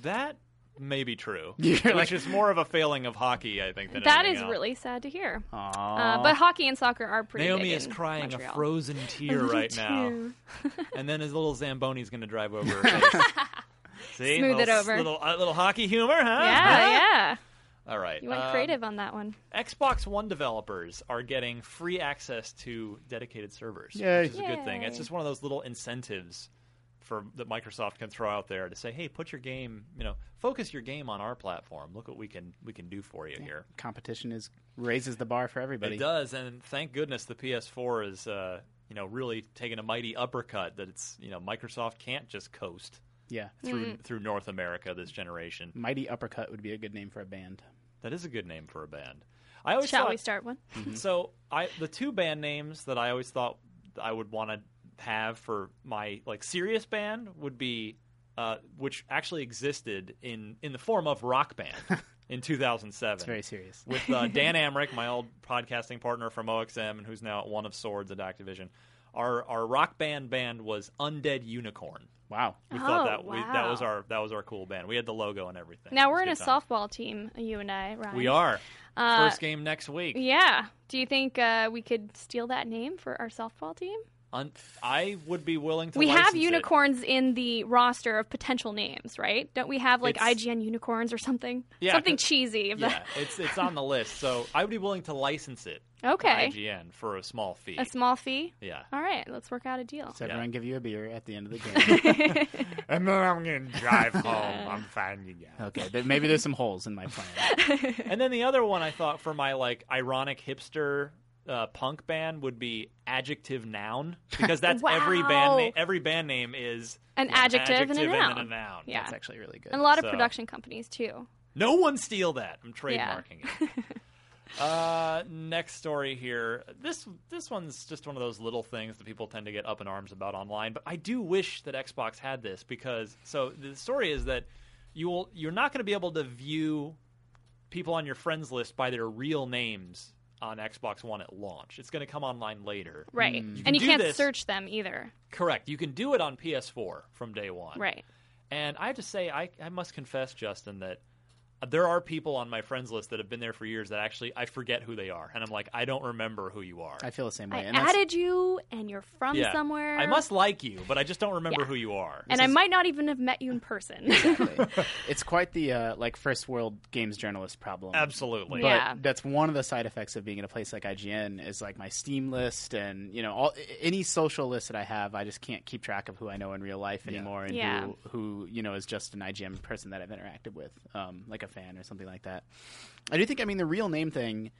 Speaker 4: That may be true,
Speaker 6: You're
Speaker 4: which
Speaker 6: like-
Speaker 4: is more of a failing of hockey, I think, than
Speaker 7: That
Speaker 4: anything
Speaker 7: is
Speaker 4: else.
Speaker 7: really sad to hear.
Speaker 6: Aw.
Speaker 7: Uh, but hockey and soccer are pretty
Speaker 4: Naomi
Speaker 7: big
Speaker 4: is
Speaker 7: in
Speaker 4: crying
Speaker 7: Montreal.
Speaker 4: a frozen tear
Speaker 7: little
Speaker 4: right now,
Speaker 7: tear.
Speaker 4: and then his little zamboni's going to drive over. Her face. See,
Speaker 7: Smooth it
Speaker 4: little,
Speaker 7: over.
Speaker 4: Little, uh, little hockey humor, huh?
Speaker 7: Yeah,
Speaker 4: Huh?
Speaker 7: yeah.
Speaker 4: All right.
Speaker 7: You went
Speaker 4: um,
Speaker 7: creative on that one.
Speaker 4: Xbox One developers are getting free access to dedicated servers,
Speaker 6: Yay.
Speaker 4: which is a good thing. It's
Speaker 7: Yay.
Speaker 4: just one of those little incentives for that Microsoft can throw out there to say, "Hey, put your game, you know, focus your game on our platform. Look what we can we can do for you here."
Speaker 6: Competition is raises the bar for everybody.
Speaker 4: It does, and thank goodness the PS4 is, uh, you know, really taking a mighty uppercut that it's, you know, Microsoft can't just coast
Speaker 6: Yeah,
Speaker 4: through
Speaker 7: Mm-hmm.
Speaker 4: through North America this generation.
Speaker 6: Mighty Uppercut would be a good name for a band.
Speaker 4: That is a good name for a band. I always
Speaker 7: Shall
Speaker 4: thought,
Speaker 7: we start one?
Speaker 4: So I the two band names that I always thought I would want to have for my like serious band would be uh, which actually existed in in the form of Rock Band in 2007.
Speaker 6: It's very serious.
Speaker 4: with uh, Dan Amrick, my old podcasting partner from OXM, and who's now at One of Swords at Activision. Our our rock band band was Undead Unicorn.
Speaker 6: Wow.
Speaker 4: We
Speaker 7: Oh,
Speaker 4: thought that we, that was
Speaker 7: wow.
Speaker 4: our that was our cool band. We had the logo and everything.
Speaker 7: Now
Speaker 4: It was
Speaker 7: we're in a
Speaker 4: good time.
Speaker 7: softball team, you and I, Ryan.
Speaker 4: We are
Speaker 7: Uh,
Speaker 4: first game next week.
Speaker 7: Yeah. Do you think uh, we could steal that name for our softball team?
Speaker 4: Un- I would be willing to.
Speaker 7: we
Speaker 4: license
Speaker 7: have
Speaker 4: it.
Speaker 7: unicorns in the roster of potential names, right? Don't we have like
Speaker 4: It's-
Speaker 7: IGN unicorns or something?
Speaker 4: Yeah,
Speaker 7: something
Speaker 4: 'cause-
Speaker 7: cheesy. Of
Speaker 4: Yeah, it's it's on the list, so I would be willing to license it.
Speaker 7: that. Okay.
Speaker 4: to IGN for a small fee.
Speaker 7: A small fee.
Speaker 4: yeah.
Speaker 7: All right, let's work out a deal.
Speaker 6: Does everyone give you a beer at the end of the game?
Speaker 9: And then I'm going to drive home. I'm finding you.
Speaker 6: okay, but maybe there's some holes in my plan.
Speaker 4: And then the other one I thought for my like ironic hipster uh, punk band would be adjective noun because that's every band
Speaker 7: Wow.
Speaker 4: name. Every band name is
Speaker 7: An
Speaker 4: you know,
Speaker 7: adjective and a
Speaker 4: then
Speaker 7: noun.
Speaker 4: noun.
Speaker 7: Yeah.
Speaker 6: That's actually really good.
Speaker 7: And a lot of
Speaker 4: So-
Speaker 7: production companies too.
Speaker 4: No one steal that. I'm
Speaker 7: Yeah.
Speaker 4: trademarking it. Uh, next story here. This this one's just one of those little things that people tend to get up in arms about online. But I do wish that Xbox had this because so the story is that you will you're not going to be able to view people on your friends list by their real names on Xbox One at launch. It's going to come online later.
Speaker 7: Right.
Speaker 4: can
Speaker 7: and you
Speaker 4: do
Speaker 7: can't
Speaker 4: this-
Speaker 7: search them either.
Speaker 4: Correct. You can do it on PS4 from day one.
Speaker 7: Right.
Speaker 4: And I have to say, I, I must confess, Justin, that there are people on my friends list that have been there for years that actually I forget who they are, and I'm like, I don't remember who you are.
Speaker 6: I feel the same way.
Speaker 7: I
Speaker 6: and that's-
Speaker 7: added you and you're from
Speaker 4: Yeah.
Speaker 7: somewhere.
Speaker 4: I must like you, but I just don't remember
Speaker 7: Yeah.
Speaker 4: who you are.
Speaker 7: and I might not even have met you in person.
Speaker 6: it's quite the uh, like first world games journalist problem.
Speaker 4: Absolutely.
Speaker 6: But
Speaker 7: Yeah.
Speaker 6: that's one of the side effects of being in a place like IGN is like my Steam list and you know all a- any social list that I have, I just can't keep track of who I know in real life anymore and
Speaker 7: Yeah.
Speaker 6: who who you know is just an IGN person that I've interacted with, um, like a fan or something like that. I do think I mean the real name thing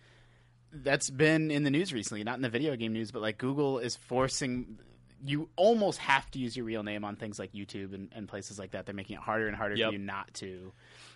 Speaker 6: that's been in the news recently, not in the video game news, but like Google is forcing you almost have to use your real name on things like YouTube and, and places like that. They're making it harder and harder
Speaker 4: Yep.
Speaker 6: for you not to.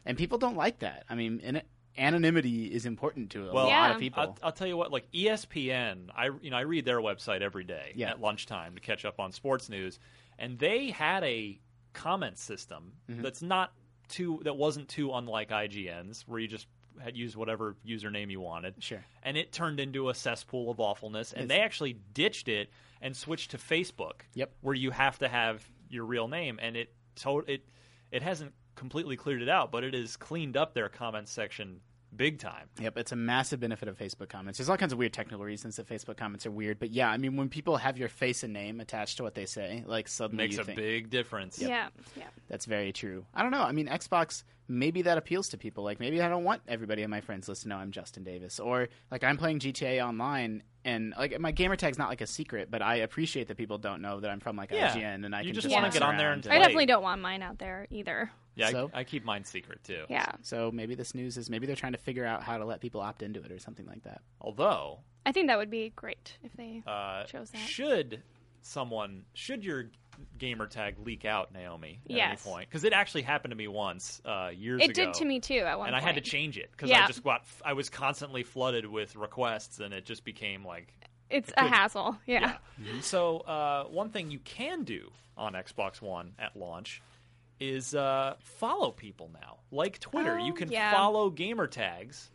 Speaker 6: And people don't like that. I mean, and anonymity is important to a
Speaker 4: Well,
Speaker 6: lot
Speaker 7: Yeah.
Speaker 6: of people.
Speaker 4: I'll, I'll tell you what, like E ESPN, I you know I read their website every day
Speaker 6: Yeah.
Speaker 4: at lunchtime to catch up on sports news, and they had a comment system
Speaker 7: Mm-hmm.
Speaker 4: that's not too that wasn't too unlike IGN's, where you just had used whatever username you wanted,
Speaker 6: Sure.
Speaker 4: and it turned into a cesspool of awfulness, and they actually ditched it and switched to Facebook,
Speaker 6: Yep.
Speaker 4: where you have to have your real name, and it to- it it hasn't completely cleared it out, but it has cleaned up their comment section big time.
Speaker 6: Yep, it's a massive benefit of Facebook comments. There's all kinds of weird technical reasons that Facebook comments are weird, but yeah, I mean, when people have your face and name attached to what they say, like suddenly
Speaker 4: makes
Speaker 6: you
Speaker 4: a
Speaker 6: think,
Speaker 4: big difference.
Speaker 7: Yeah. Yeah.
Speaker 6: That's very true. I don't know. I mean, Xbox, maybe that appeals to people. Like, maybe I don't want everybody on my friends list to know I'm Justin Davis. Or, like, I'm playing GTA Online, and, like, my gamer tag's not, like, a secret, but I appreciate that people don't know that I'm from, like,
Speaker 4: Yeah.
Speaker 6: IGN, and I
Speaker 4: You
Speaker 6: can
Speaker 4: just
Speaker 6: just,
Speaker 7: wanna
Speaker 6: mess
Speaker 7: get
Speaker 4: on there
Speaker 6: around
Speaker 4: and
Speaker 7: I
Speaker 4: Right.
Speaker 7: definitely don't want mine out there either.
Speaker 4: Yeah, I-
Speaker 6: So-
Speaker 4: I, keep mine secret too.
Speaker 7: Yeah.
Speaker 6: So maybe this news is, maybe they're trying to figure out how to let people opt into it or something like that.
Speaker 4: Although,
Speaker 7: I think that would be great if they
Speaker 4: uh,
Speaker 7: chose that.
Speaker 4: should someone should your gamer tag leak out, Naomi, at
Speaker 7: Yes.
Speaker 4: any point? Because it actually happened to me once uh, years
Speaker 7: it
Speaker 4: ago.
Speaker 7: did to me too at one
Speaker 4: and I
Speaker 7: point.
Speaker 4: had to change it because I
Speaker 7: Yeah.
Speaker 4: just got I was constantly flooded with requests, and it just became like
Speaker 7: It's
Speaker 4: I
Speaker 7: a
Speaker 4: couldn't.
Speaker 7: hassle. Yeah.
Speaker 4: So uh, one thing you can do on Xbox One at launch is uh, follow people now, like Twitter.
Speaker 7: Oh,
Speaker 4: you can
Speaker 7: yeah.
Speaker 4: follow gamer tags.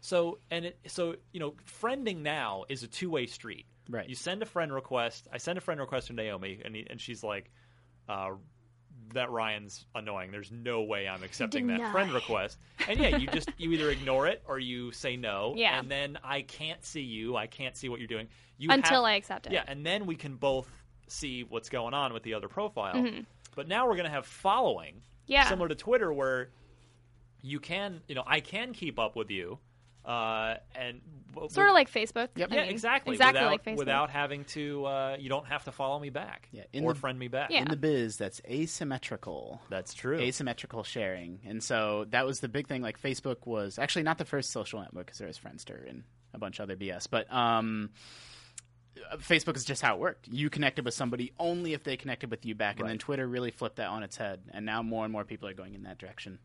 Speaker 4: So and it, so you know, friending now is a two way street.
Speaker 6: Right.
Speaker 4: You send a friend request. I send a friend request to Naomi, and he, and she's like, uh, "That Ryan's annoying. There's no way I'm accepting that friend
Speaker 7: Deny.
Speaker 4: request." And yeah, you just you either ignore it or you say no.
Speaker 7: Yeah.
Speaker 4: And then I can't see you. I can't see what you're doing. You
Speaker 7: Until
Speaker 4: have-
Speaker 7: I accept it.
Speaker 4: Yeah, and then we can both see what's going on with the other profile. But now we're going to have following,
Speaker 7: Mm-hmm. Yeah.
Speaker 4: similar to Twitter, where you can, you know, I can keep up with you, uh, and w-
Speaker 7: Sort of
Speaker 4: w-
Speaker 7: like Facebook.
Speaker 4: yeah,
Speaker 7: I mean,
Speaker 4: exactly,
Speaker 7: Exactly
Speaker 4: without,
Speaker 7: like Facebook.
Speaker 4: without having to, uh, you don't have to follow me back
Speaker 6: Yeah, in
Speaker 4: or
Speaker 6: the-
Speaker 4: friend me back.
Speaker 7: Yeah.
Speaker 6: In the biz, that's asymmetrical.
Speaker 4: That's true.
Speaker 6: asymmetrical sharing. And so that was the big thing. Like Facebook was actually not the first social network because there was Friendster and a bunch of other BS. But um, Facebook is just how it worked. You connected with somebody only if they connected with you back. And then Twitter really flipped that on its head. And now more and more people are going in that direction.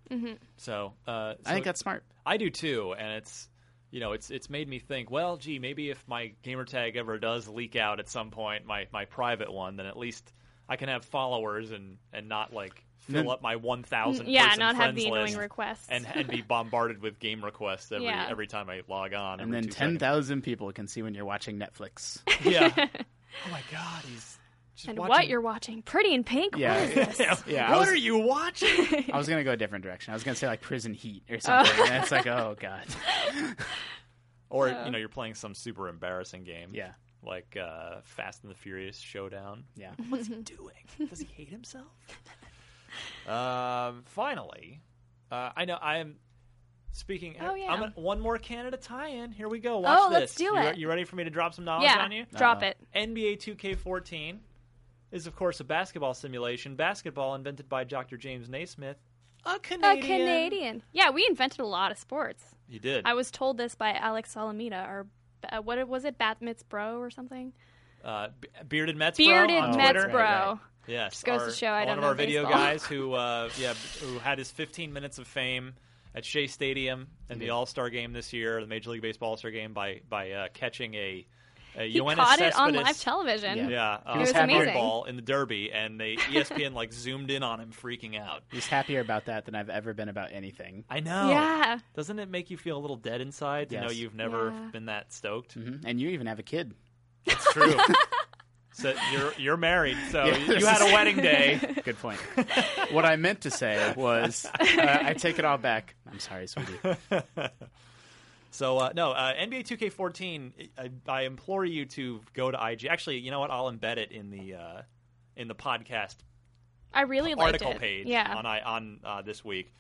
Speaker 4: so, uh,
Speaker 6: I think
Speaker 4: so-
Speaker 6: that's smart.
Speaker 4: I do too, and it's you know it's it's made me think. Well, gee, maybe if my gamer tag ever does leak out at some point, my my private one, then at least I can have followers and and not like fill
Speaker 6: Then-
Speaker 4: up my one thousand
Speaker 7: yeah, not have the
Speaker 4: list
Speaker 7: annoying requests.
Speaker 4: and and be bombarded with game requests every
Speaker 7: Yeah.
Speaker 4: every time I log on.
Speaker 6: And
Speaker 4: every
Speaker 6: then
Speaker 4: two seconds.
Speaker 6: 10,000 people can see when you're watching Netflix.
Speaker 4: Yeah. oh my God, he's just
Speaker 7: And
Speaker 4: watching-
Speaker 7: what you're watching? Pretty in pink.
Speaker 6: Yeah.
Speaker 7: What is this?
Speaker 6: yeah. I
Speaker 4: What
Speaker 6: was-
Speaker 4: are you watching?
Speaker 6: I was gonna go a different direction. I was gonna say like prison heat or something. and it's like, oh god,
Speaker 4: or you know, you're playing some super embarrassing game.
Speaker 6: yeah,
Speaker 4: Like uh, Fast and the Furious Showdown.
Speaker 6: yeah.
Speaker 4: What's he doing? Does he hate himself? Um, finally, uh, I know I'm speaking.
Speaker 7: Oh, yeah.
Speaker 4: I'm gonna- one more Canada tie-in. Here we go. Watch
Speaker 7: Oh,
Speaker 4: this.
Speaker 7: let's do
Speaker 4: you,
Speaker 7: it.
Speaker 4: You ready for me to drop some knowledge
Speaker 7: yeah.
Speaker 4: on you?
Speaker 7: Drop
Speaker 6: Uh-oh.
Speaker 7: it.
Speaker 4: NBA 2K14 is, of course, a basketball simulation. Basketball invented by Dr. James Naismith, a
Speaker 7: A
Speaker 4: Canadian.
Speaker 7: Canadian. Yeah, we invented a lot of sports.
Speaker 4: He did.
Speaker 7: I was told this by Alex Alameda, or uh, what was it, Bat Mitz Bro or something?
Speaker 4: uh, be- bearded Mets. bro
Speaker 7: Bearded
Speaker 4: on
Speaker 7: Mets
Speaker 4: Twitter.
Speaker 7: Bro.
Speaker 6: Right,
Speaker 4: Yes,
Speaker 7: Just goes to
Speaker 4: our-
Speaker 7: show I
Speaker 4: one
Speaker 7: don't
Speaker 4: of
Speaker 7: know
Speaker 4: our video
Speaker 7: baseball.
Speaker 4: guys who, uh, yeah, b- who had his 15 minutes of fame at Shea Stadium in the All Star game this year, the Major League Baseball All Star game, by by uh, catching a Uh,
Speaker 7: He
Speaker 4: Ioannis
Speaker 7: caught it on
Speaker 4: Cespedes-
Speaker 7: live television.
Speaker 4: Yeah,
Speaker 7: He
Speaker 4: uh,
Speaker 7: was
Speaker 4: caught the
Speaker 7: amazing.
Speaker 4: ball in the Derby, and they E ESPN like zoomed in on him, freaking out.
Speaker 6: He's happier about that than I've ever been about anything.
Speaker 4: I know.
Speaker 7: Oh. Yeah.
Speaker 4: Doesn't it make you feel a little dead inside to know
Speaker 6: Yes.
Speaker 4: you've never
Speaker 7: Yeah.
Speaker 4: been that stoked?
Speaker 6: Mhm. And you even have a kid.
Speaker 4: It's true. so you're you're married, so
Speaker 6: Yeah,
Speaker 4: you
Speaker 6: this
Speaker 4: had
Speaker 6: is-
Speaker 4: a wedding day.
Speaker 6: Good point. what I meant to say was, uh, I take it all back. I'm sorry, sweetie.
Speaker 4: So uh, no, uh, NBA 2K14. I, I implore you to go to IG. Actually, you know what? I'll embed it in the uh, in the podcast
Speaker 7: I really liked
Speaker 4: article
Speaker 7: it.
Speaker 4: page
Speaker 7: Yeah.
Speaker 4: on I on uh, this week.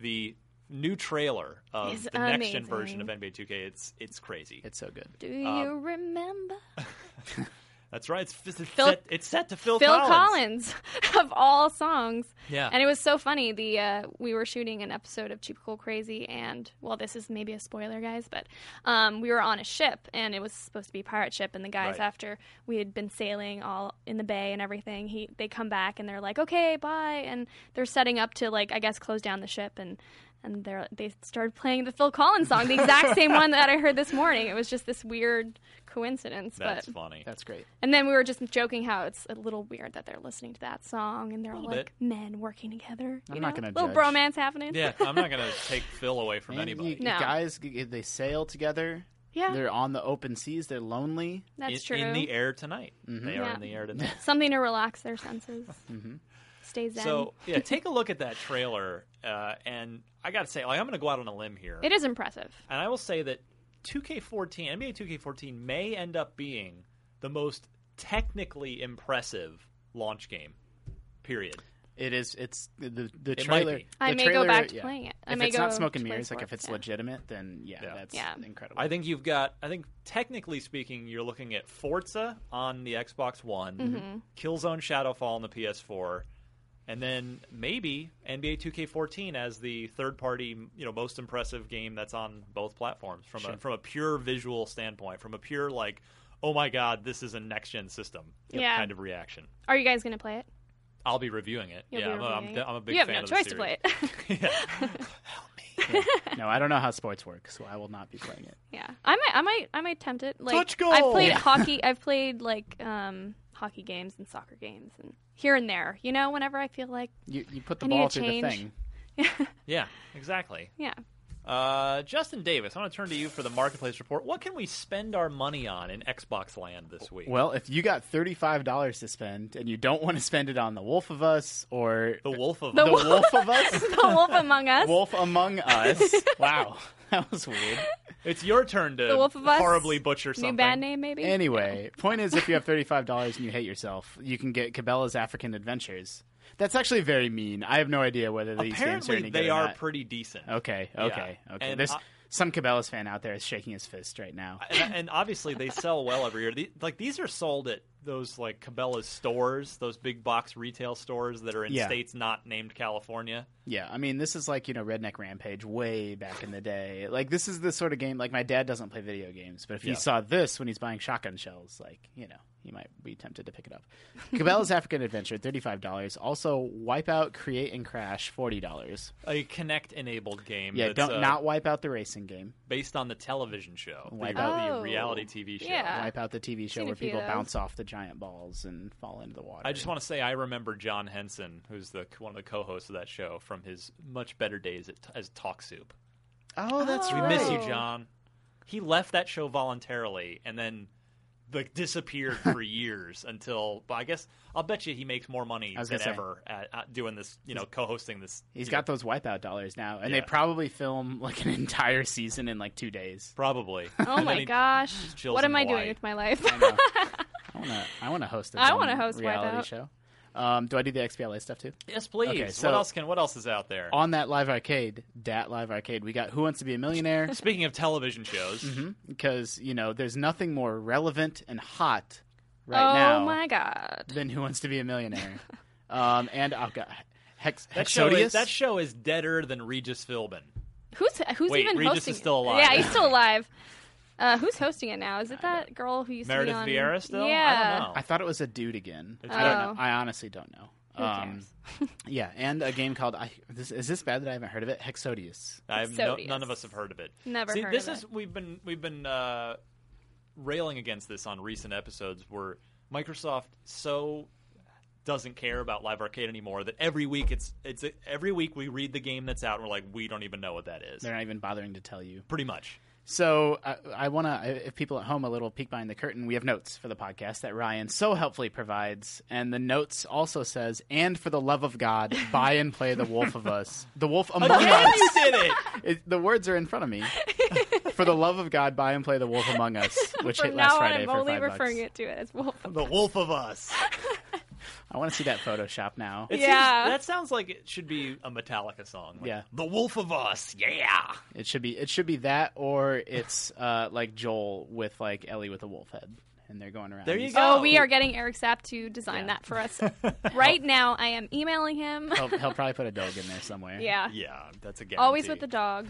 Speaker 4: The new trailer of
Speaker 7: It's
Speaker 4: the next gen version of NBA 2K. It's it's crazy.
Speaker 6: It's so good.
Speaker 7: Do you
Speaker 4: Um,
Speaker 7: remember
Speaker 4: That's right. It's, it's,
Speaker 7: Phil-
Speaker 4: set, it's set to Phil,
Speaker 7: Phil
Speaker 4: Collins.
Speaker 7: Collins, of all songs?
Speaker 4: Yeah.
Speaker 7: and it was so funny. The uh, we were shooting an episode of Cheap Cool Crazy, and well, this is maybe a spoiler, guys, but um, we were on a ship, and it was supposed to be a pirate ship. And the guys,
Speaker 4: Right.
Speaker 7: after we had been sailing all in the bay and everything, he they come back and they're like, "Okay, bye," and they're setting up to like I guess close down the ship and. And they they started playing the Phil Collins song, the exact same one that I heard this morning. It was just this weird coincidence.
Speaker 4: That's
Speaker 7: but
Speaker 4: funny.
Speaker 6: That's great.
Speaker 7: and then we were just joking how it's a little weird that they're listening to that song and they're all
Speaker 4: Little
Speaker 7: like men working together.
Speaker 6: I'm
Speaker 7: you
Speaker 6: not
Speaker 7: know?
Speaker 6: gonna
Speaker 7: little
Speaker 6: judge.
Speaker 7: bromance happening.
Speaker 4: yeah, I'm not gonna take Phil away from
Speaker 6: Man,
Speaker 4: anybody.
Speaker 6: you- you
Speaker 7: No.
Speaker 6: guys, g- they sail together.
Speaker 7: Yeah.
Speaker 6: They're on the open seas. They're lonely.
Speaker 7: That's
Speaker 4: in,
Speaker 7: true.
Speaker 4: In the air tonight. They are
Speaker 7: Yeah.
Speaker 4: in the air tonight.
Speaker 7: Something to relax their senses.
Speaker 6: Mhm.
Speaker 7: Stay zen.
Speaker 4: So yeah, take a look at that trailer, uh, and I gotta say, like, I'm gonna go out on a limb here,
Speaker 7: it is impressive.
Speaker 4: and I will say that 2K14, NBA 2K14, may end up being the most technically impressive launch game. Period.
Speaker 6: It is. It's the the, the
Speaker 4: might
Speaker 6: trailer.
Speaker 4: be.
Speaker 7: I
Speaker 6: the
Speaker 7: may go
Speaker 6: trailer-
Speaker 7: back to
Speaker 6: yeah.
Speaker 7: playing it. I
Speaker 6: If
Speaker 7: may
Speaker 6: it's
Speaker 7: go
Speaker 6: not smoke and
Speaker 7: to
Speaker 6: mirrors,
Speaker 7: play
Speaker 6: like if it's
Speaker 7: sports, yeah.
Speaker 6: legitimate, then yeah,
Speaker 4: Yeah.
Speaker 6: that's
Speaker 7: Yeah.
Speaker 6: incredible.
Speaker 4: I think you've got. I think technically speaking, you're looking at Forza on the Xbox One,
Speaker 7: Mm-hmm.
Speaker 4: Killzone Shadowfall on the PS4, and then maybe NBA 2K14 as the third-party, you know, most impressive game that's on both platforms from a from a pure visual standpoint, from a pure like, oh my god, this is a next-gen system
Speaker 7: Yeah.
Speaker 4: kind of reaction.
Speaker 7: Are you guys going to play it?
Speaker 4: I'll be reviewing it.
Speaker 7: You'll
Speaker 4: yeah,
Speaker 7: be
Speaker 4: I'm, a- I'm,
Speaker 7: reviewing it.
Speaker 4: de- I'm a big
Speaker 7: You have
Speaker 4: fan
Speaker 7: no
Speaker 4: of the
Speaker 7: choice to
Speaker 4: series.
Speaker 7: play it.
Speaker 6: no, I don't know how sports work, so I will not be playing it.
Speaker 7: yeah, I might, I might, I might tempt it. Like
Speaker 4: Touch goal!
Speaker 7: I've played
Speaker 4: Yeah.
Speaker 7: hockey. I've played like um, hockey games and soccer games and here and there. You know, whenever I feel like,
Speaker 6: You you put the
Speaker 7: I need
Speaker 6: ball
Speaker 7: to
Speaker 6: through the
Speaker 7: change.
Speaker 6: thing.
Speaker 4: Yeah, exactly.
Speaker 7: yeah.
Speaker 4: Uh, Justin Davis, I want to turn to you for the marketplace report. What can we spend our money on in Xbox Land this week?
Speaker 6: Well, if you got thirty five dollars to spend and you don't want to spend it on The Wolf of Us or
Speaker 4: the Wolf of
Speaker 7: The
Speaker 6: The
Speaker 7: Wolf-
Speaker 6: Wolf of Us,
Speaker 7: the Wolf Among Us.
Speaker 6: Wolf Among Us. Wow, that was weird.
Speaker 4: It's your turn to
Speaker 7: The Wolf of Us.
Speaker 4: horribly butcher something.
Speaker 7: New band name, maybe.
Speaker 6: Anyway, point is, if you have thirty five dollars and you hate yourself, you can get Cabela's African Adventures. That's actually very mean. I have no idea whether these games are
Speaker 4: Apparently,
Speaker 6: any good
Speaker 4: they
Speaker 6: or
Speaker 4: are
Speaker 6: not.
Speaker 4: pretty decent.
Speaker 6: Okay,
Speaker 4: Yeah.
Speaker 6: okay, okay.
Speaker 4: And
Speaker 6: There's
Speaker 4: I-
Speaker 6: some Cabela's fan out there is shaking his fist right now.
Speaker 4: And, and obviously, they sell well every year. The, like these are sold at those like Cabela's stores, those big box retail stores that are in
Speaker 6: Yeah.
Speaker 4: states not named California.
Speaker 6: yeah, I mean, this is like you know Redneck Rampage way back in the day. Like this is the sort of game. Like my dad doesn't play video games, but if
Speaker 4: Yeah.
Speaker 6: he saw this when he's buying shotgun shells, like you know, he might be tempted to pick it up. Cabela's African Adventure, thirty five dollars. Also, Wipeout, Create and Crash, forty dollars.
Speaker 4: A Connect enabled game.
Speaker 6: Yeah,
Speaker 4: that's,
Speaker 6: don't
Speaker 4: uh,
Speaker 6: not wipe out the racing game.
Speaker 4: based on the television show, the-
Speaker 6: Wipe
Speaker 4: the,
Speaker 6: out-
Speaker 7: Oh.
Speaker 4: reality TV show.
Speaker 7: Yeah.
Speaker 6: wipe out the TV show
Speaker 7: seen a
Speaker 6: where
Speaker 7: few
Speaker 6: people
Speaker 7: of those.
Speaker 6: bounce off the giant balls and fall into the water.
Speaker 4: I just want to say I remember John Henson, who's the one of the co-hosts of that show, from his much better days at, as Talk Soup.
Speaker 6: Oh, that's
Speaker 4: We
Speaker 6: right.
Speaker 4: miss you,
Speaker 7: Oh.
Speaker 4: John. He left that show voluntarily and then like disappeared for years until but I guess I'll bet you he makes more money
Speaker 6: I was
Speaker 4: than
Speaker 6: gonna say.
Speaker 4: ever at, at doing this, you know, co-hosting this.
Speaker 6: He's
Speaker 4: you
Speaker 6: got
Speaker 4: know,
Speaker 6: those wipeout dollars now, and
Speaker 4: Yeah.
Speaker 6: they probably film like an entire season in like two days.
Speaker 4: probably.
Speaker 7: Oh my gosh.
Speaker 4: chills
Speaker 7: What
Speaker 4: in
Speaker 7: am I
Speaker 4: Hawaii.
Speaker 7: doing with my life?
Speaker 6: I know. I want to. I want to host. A
Speaker 7: I
Speaker 6: dumb
Speaker 7: wanna host
Speaker 6: reality
Speaker 7: Wipeout.
Speaker 6: show. Um, do I do the XBLA stuff too?
Speaker 4: Yes, please.
Speaker 6: Okay,
Speaker 4: what
Speaker 6: so-
Speaker 4: else can what else is out there?
Speaker 6: On that live arcade, dat live arcade, we got Who Wants to Be a Millionaire?
Speaker 4: Speaking of television shows,
Speaker 6: Mm-hmm. Because you know, there's nothing more relevant and hot right
Speaker 7: oh
Speaker 6: now
Speaker 7: my god.
Speaker 6: than Who Wants to Be a Millionaire. um, and I've got Hex,
Speaker 4: that show is
Speaker 6: Hexodius.
Speaker 4: that show is deader than Regis Philbin.
Speaker 7: Who's who's
Speaker 4: Wait,
Speaker 7: even
Speaker 4: Regis
Speaker 7: hosting
Speaker 4: is
Speaker 7: it?
Speaker 4: still alive.
Speaker 7: Yeah, he's still alive. Uh, who's hosting it now? Is it that girl who used
Speaker 4: Meredith
Speaker 7: to be on
Speaker 4: Vieira still?
Speaker 7: Yeah.
Speaker 4: I don't know.
Speaker 6: I thought it was a dude again.
Speaker 4: It's
Speaker 6: I don't
Speaker 7: not.
Speaker 6: know. I honestly don't know.
Speaker 7: Oh.
Speaker 6: Um,
Speaker 7: Who cares?
Speaker 6: yeah, and a game called I, this, is this bad that I haven't heard of it? Hexodius.
Speaker 4: I have no,
Speaker 7: Exodius.
Speaker 4: none of us have heard of it.
Speaker 7: Never
Speaker 4: See,
Speaker 7: heard
Speaker 4: this
Speaker 7: of
Speaker 4: is
Speaker 7: it.
Speaker 4: we've been we've been uh, railing against this on recent episodes where Microsoft so doesn't care about Live Arcade anymore that every week it's it's every week we read the game that's out and we're like we don't even know what that is.
Speaker 6: They're not even bothering to tell you.
Speaker 4: Pretty much.
Speaker 6: So I, I want to, if people at home, a little peek behind the curtain. We have notes for the podcast that Ryan so helpfully provides, and the notes also says, "And for the love of God, buy and play The Wolf of Us, The Wolf Among
Speaker 4: Again,
Speaker 6: Us."
Speaker 4: you did it!
Speaker 6: It- The words are in front of me. for the love of God, buy and play The Wolf Among Us, which
Speaker 7: From
Speaker 6: hit last
Speaker 7: now on,
Speaker 6: Friday
Speaker 7: I'm
Speaker 6: for
Speaker 7: only
Speaker 6: five
Speaker 7: referring
Speaker 6: bucks.
Speaker 7: it to it as Wolf.
Speaker 6: The Wolf of Us. I want to see that Photoshop now.
Speaker 4: It seems-
Speaker 7: Yeah.
Speaker 4: that sounds like it should be a Metallica song. Like,
Speaker 6: Yeah.
Speaker 4: The Wolf of Us. Yeah.
Speaker 6: It should be it should be that or it's uh, like Joel with like Ellie with a wolf head and they're going around.
Speaker 4: There you
Speaker 7: Oh,
Speaker 4: go. Oh.
Speaker 7: we are getting Eric Sapp to design that for us right now. I am emailing him.
Speaker 6: He'll, he'll probably put a dog in there somewhere.
Speaker 7: yeah.
Speaker 4: Yeah, that's a guarantee.
Speaker 7: Always with the dog.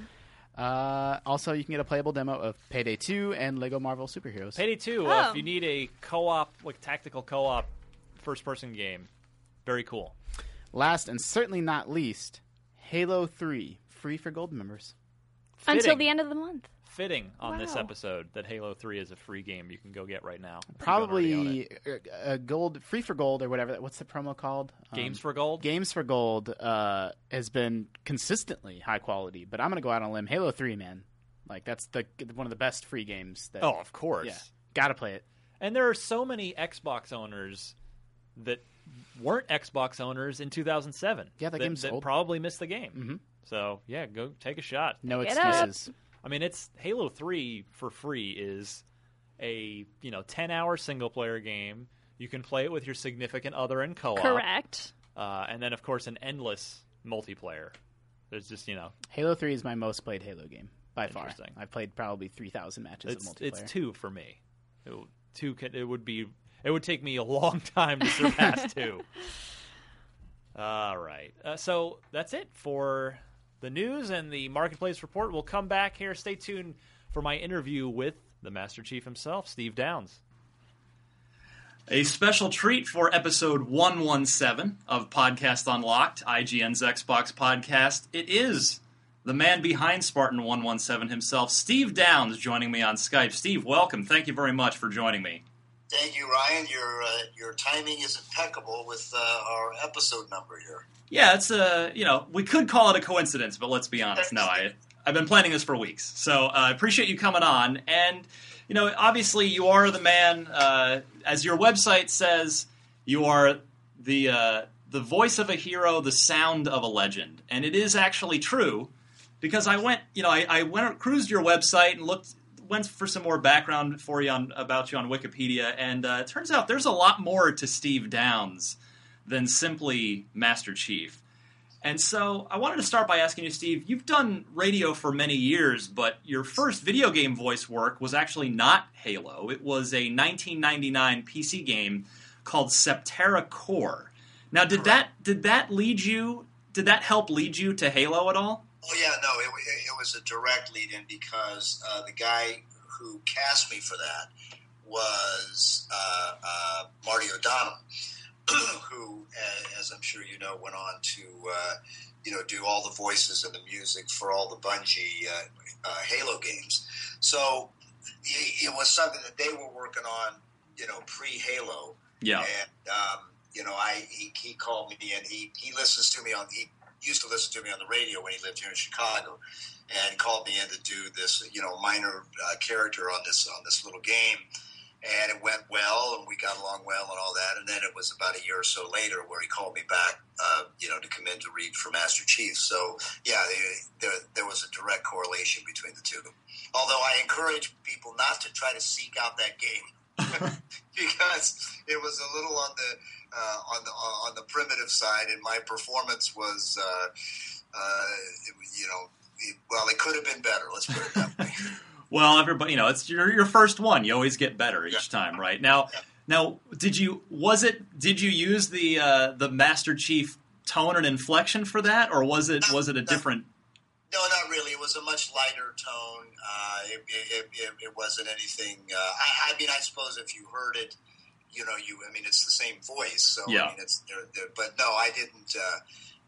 Speaker 6: Uh, also, you can get a playable demo of Payday 2 and Lego Marvel Superheroes.
Speaker 4: Payday 2, uh,
Speaker 7: Oh.
Speaker 4: if you need a co-op, like tactical co-op first-person game, very cool.
Speaker 6: Last and certainly not least, Halo 3, free for gold members.
Speaker 7: Until
Speaker 4: Fitting.
Speaker 7: the end of the month.
Speaker 4: Fitting on this
Speaker 7: Wow.
Speaker 4: episode that Halo 3 is a free game you can go get right now. If you don't already own it.
Speaker 6: Probably a gold, free for gold or whatever. What's the promo called? Um,
Speaker 4: Games for Gold.
Speaker 6: Games for Gold uh, has been consistently high quality, but I'm gonna go out on a limb. Halo Three, man, like that's the one of the best free games. That,
Speaker 4: oh, of course.
Speaker 6: yeah, gotta play it.
Speaker 4: And there are so many Xbox owners that weren't Xbox owners in 2007.
Speaker 6: Yeah, that
Speaker 4: that,
Speaker 6: game's
Speaker 4: that
Speaker 6: old.
Speaker 4: probably missed the game.
Speaker 6: Mhm.
Speaker 4: So yeah, go take a shot.
Speaker 6: No
Speaker 7: Get up.
Speaker 6: excuses.
Speaker 4: I mean, it's Halo 3 for free is a you know 10 hour single player game. You can play it with your significant other in co-op,
Speaker 7: Correct.
Speaker 4: Uh, and then of course an endless multiplayer. There's just you know
Speaker 6: Halo Three is my most played Halo game by far.
Speaker 4: Interesting.
Speaker 6: I've played probably three thousand matches
Speaker 4: it's
Speaker 6: of multiplayer.
Speaker 4: it's two for me. It, w- two could, it would be it would take me a long time to surpass two. All right, uh, so that's it for the news and the marketplace report. We'll come back here. Stay tuned for my interview with the Master Chief himself, Steve Downs.
Speaker 10: A special treat for episode 117 of Podcast Unlocked, IGN's Xbox podcast. It is the man behind Spartan 117 himself, Steve Downs, joining me on Skype. Steve, welcome. Thank you very much for joining me.
Speaker 2: Thank you, Ryan. Your uh, your timing is impeccable with uh, our episode number here.
Speaker 10: Yeah, it's a, you know, we could call it a coincidence, but let's be honest. No, I, I've been planning this for weeks. So uh, I appreciate you coming on. And, you know, obviously you are the man, uh, as your website says, you are the, uh, the voice of a hero, the sound of a legend. And it is actually true because I went, you know, I, I went cruised your website and looked, went for some more background for you on about you on Wikipedia, and uh, it turns out there's a lot more to Steve Downs than simply Master Chief. And so I wanted to start by asking you, Steve, you've done radio for many years, but your first video game voice work was actually not Halo. It was a 1999 PC game called Septerra Core. Now, did that did that lead you? Did that help lead you to Halo at all?
Speaker 2: Oh yeah, no, it, it, it was a direct lead in because uh, the guy who cast me for that was uh, uh, Marty O'Donnell, who, a- as I'm sure you know, went on to uh, you know do all the voices and the music for all the Bungie uh, uh, Halo games. So it, it was something that they were working on, you know, pre-Halo.
Speaker 10: Yeah.
Speaker 2: And um, you know, I he, he called me and he he listens to me on he used to listen to me on the radio when he lived here in Chicago, and called me in to do this you know minor uh, character on this on this little game, and it went well and we got along well and all that, and then it was about a year or so later where he called me back uh, you know to come in to read for Master Chief. So yeah, there there, there was a direct correlation between the two. Although I encourage people not to try to seek out that game because it was a little on the uh, on the on the primitive side, and my performance was, uh, uh, it was, you know, it, well, it could have been better. Let's put it that way.
Speaker 10: Well, everybody, you know, it's your your first one. You always get better each
Speaker 2: Yeah.
Speaker 10: time, right? Now, now, did you was it did you use the uh, the Master Chief tone and inflection for that, or was it was it a different?
Speaker 2: No, not really. It was a much lighter tone. Uh, it, it, it, it wasn't anything. Uh, I, I mean, I suppose if you heard it, you know, you. I mean, it's the same voice. So
Speaker 10: Yeah.
Speaker 2: I mean, it's. They're, they're, but no, I didn't. Uh,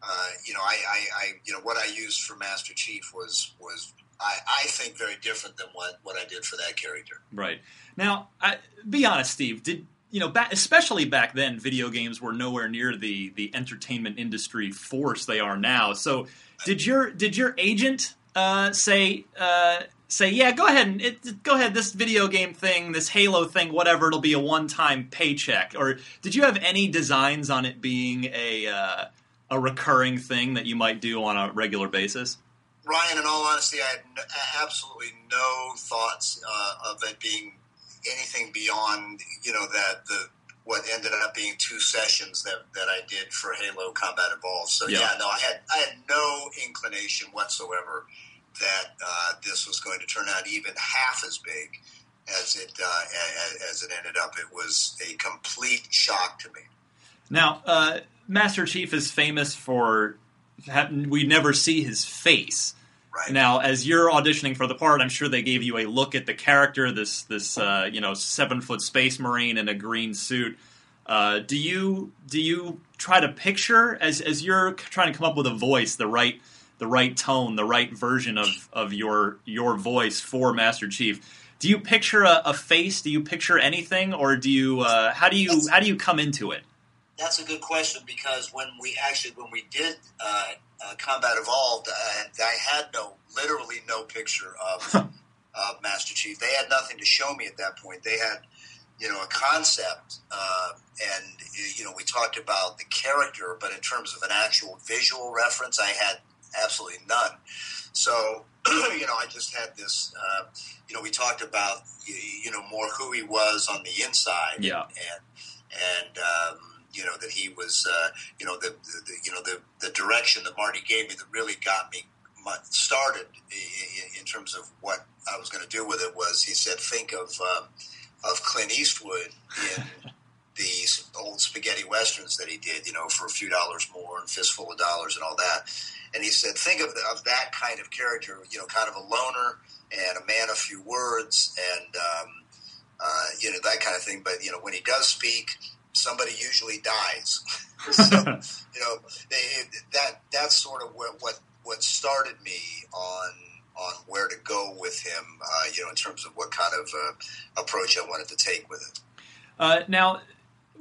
Speaker 2: uh, you know, I, I, I, you know, what I used for Master Chief was was I, I, I think very different than what, what I did for that character.
Speaker 4: Right now, I, be honest, Steve. Did you know? Back, especially back then, video games were nowhere near the the entertainment industry force they are now. So, did your did your agent uh, say uh, say yeah? Go ahead and it, go ahead. This video game thing, this Halo thing, whatever. It'll be a one time paycheck. Or did you have any designs on it being a uh, a recurring thing that you might do on a regular basis?
Speaker 2: Ryan, in all honesty, I had n- absolutely no thoughts uh, of it being anything beyond you know that the what ended up being two sessions that, that I did for Halo Combat Evolved. So
Speaker 4: Yeah.
Speaker 2: yeah, no, I had I had no inclination whatsoever that uh, this was going to turn out even half as big as it uh, a- a- as it ended up. It was a complete shock to me.
Speaker 4: Now, uh, Master Chief is famous for ha- we never see his face.
Speaker 2: Right.
Speaker 4: Now, as you're auditioning for the part, I'm sure they gave you a look at the character this this uh, you know seven foot space marine in a green suit. Uh, do you do you try to picture as as you're c- trying to come up with a voice the right the right tone the right version of of your your voice for Master Chief? Do you picture a, a face? Do you picture anything, or do you uh, how do you how do you come into it?
Speaker 2: That's a good question because when we actually when we did uh, uh, Combat Evolved, uh, I had no literally no picture of of Master Chief. They had nothing to show me at that point. They had you know a concept, uh, and you know we talked about the character, but in terms of an actual visual reference, I had absolutely none. So you know I just had this. Uh, you know we talked about you, you know more who he was on the inside,
Speaker 4: Yeah.
Speaker 2: and and um, you know that he was uh, you know the, the, the you know the, the direction that Marty gave me that really got me mu- started in, in terms of what I was going to do with it was he said think of um, of Clint Eastwood in these old spaghetti westerns that he did you know for a few dollars more and fistful of dollars and all that and he said think of, of that kind of character you know kind of a loner and a man of few words and um, uh, you know that kind of thing. But you know, when he does speak, somebody usually dies. so you know they, that that's sort of what what what started me on on where to go with him. Uh, you know, in terms of what kind of uh, approach I wanted to take with it.
Speaker 4: Uh, now,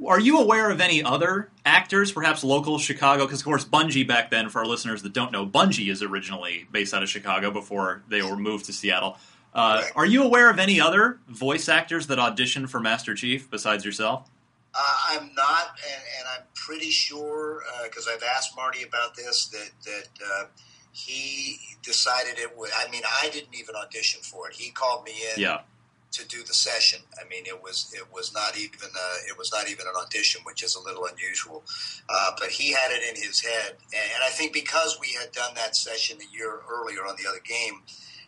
Speaker 4: are you aware of any other actors, perhaps local Chicago? Because of course, Bungie back then, for our listeners that don't know, Bungie is originally based out of Chicago before they were moved to Seattle. Uh, are you aware of any other voice actors that auditioned for Master Chief besides yourself?
Speaker 2: Uh, I'm not, and, and I'm pretty sure because I've asked Marty about this that that uh, he decided it would. I mean, I didn't even audition for it. He called me in.
Speaker 4: Yeah.
Speaker 2: to do the session. I mean, it was it was not even uh, it was not even an audition, which is a little unusual. Uh, but he had it in his head, and, and I think because we had done that session a year earlier on the other game,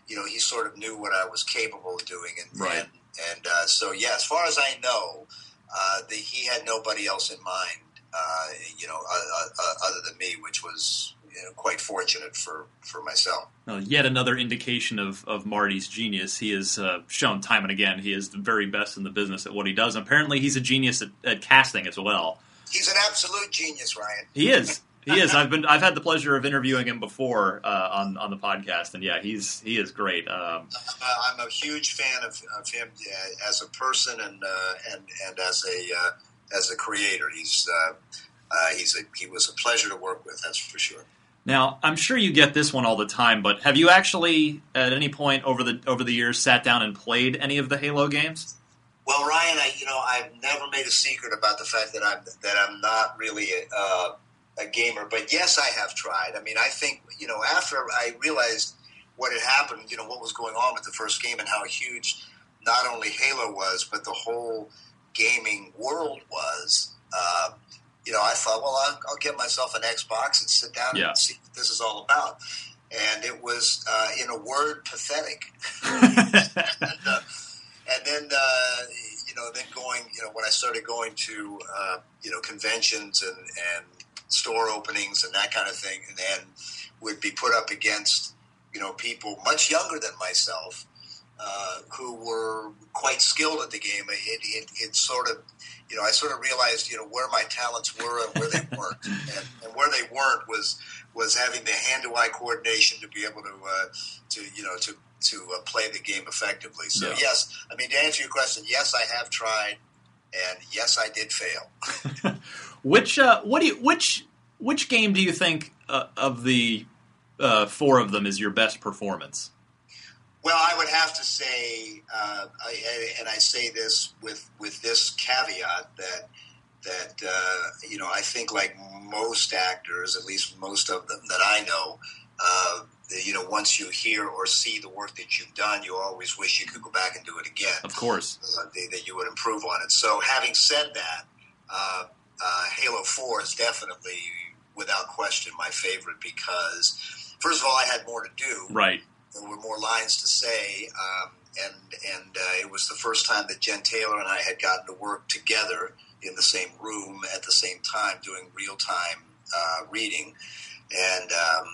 Speaker 2: you know, he sort of knew what I was capable of doing, and
Speaker 4: Right.
Speaker 2: and, and uh, so yeah, as far as I know, uh, the, he had nobody else in mind, uh, you know, uh, uh, other than me, which was you know, quite fortunate for for myself.
Speaker 4: Well, Uh, yet another indication of, of Marty's genius. He has uh, shown time and again he is the very best in the business at what he does. Apparently, he's a genius at, at casting as well.
Speaker 2: He's an absolute genius, Ryan.
Speaker 4: He is. He is. I've been. I've had the pleasure of interviewing him before uh, on on the podcast, and yeah, he's he is great. Um,
Speaker 2: uh, I'm a huge fan of, of him uh, as a person and uh, and and as a uh, as a creator. He's uh, uh, he's a, he was a pleasure to work with. That's for sure.
Speaker 4: now, I'm sure you get this one all the time, but have you actually at any point over the over the years sat down and played any of the Halo games?
Speaker 2: Well, Ryan, I you know I've never made a secret about the fact that I'm that I'm not really a, uh, a gamer, but yes, I have tried. I mean, I think you know after I realized what had happened, you know what was going on with the first game and how huge not only Halo was, but the whole gaming world was. Uh, you know, I thought, well, I'll, I'll get myself an Xbox and sit down
Speaker 4: Yeah.
Speaker 2: and see what this is all about. And it was, uh, in a word, pathetic. and, uh, and then uh, you know, then going, you know, when I started going to uh, you know conventions and and store openings and that kind of thing, and then would be put up against you know people much younger than myself uh, who were quite skilled at the game. It, it it sort of you know I sort of realized you know where my talents were and where they weren't, and, and where they weren't was was having the hand to eye coordination to be able to uh, to you know to to uh, play the game effectively. So
Speaker 4: Yeah.
Speaker 2: yes, I mean to answer your question, yes, I have tried, and yes, I did fail.
Speaker 4: Which uh, what do you which which game do you think uh, of the uh, four of them is your best performance?
Speaker 2: Well, I would have to say, uh, I, and I say this with with this caveat that that uh, you know I think like most actors, at least most of them that I know, uh, you know, once you hear or see the work that you've done, you always wish you could go back and do it again.
Speaker 4: Of course.
Speaker 2: uh, that- that you would improve on it. So, having said that, uh, uh, Halo Four is definitely, without question, my favorite because, first of all, I had more to do
Speaker 4: Right.
Speaker 2: there were more lines to say, um, and and uh, it was the first time that Jen Taylor and I had gotten to work together in the same room at the same time doing real time uh, reading, and um,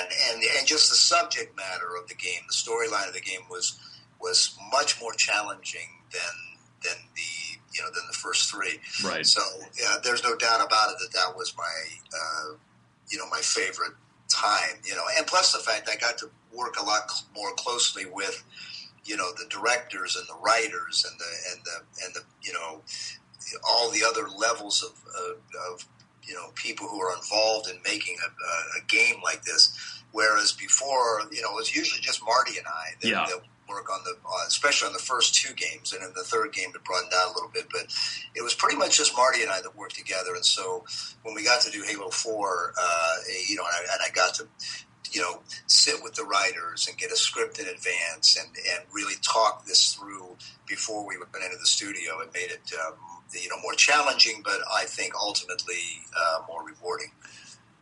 Speaker 2: and and and just the subject matter of the game, the storyline of the game was was much more challenging than than the you know than the first three.
Speaker 4: Right.
Speaker 2: So yeah, there's no doubt about it that that was my uh, you know my favorite time. You know, and plus the fact I got to work a lot cl- more closely with you know the directors and the writers and the and the and the you know all the other levels of of, of you know people who are involved in making a, a- a game like this. Whereas before, you know, it was usually just Marty and I that,
Speaker 4: Yeah.
Speaker 2: that work on the, on, especially on the first two games, and in the third game it broadened out a little bit. But it was pretty much just Marty and I that worked together. And so when we got to do Halo Four, uh, you know, and I, and I got to you know sit with the writers and get a script in advance and and really talk this through before we went into the studio. It made it um, you know more challenging, but I think ultimately uh, more rewarding.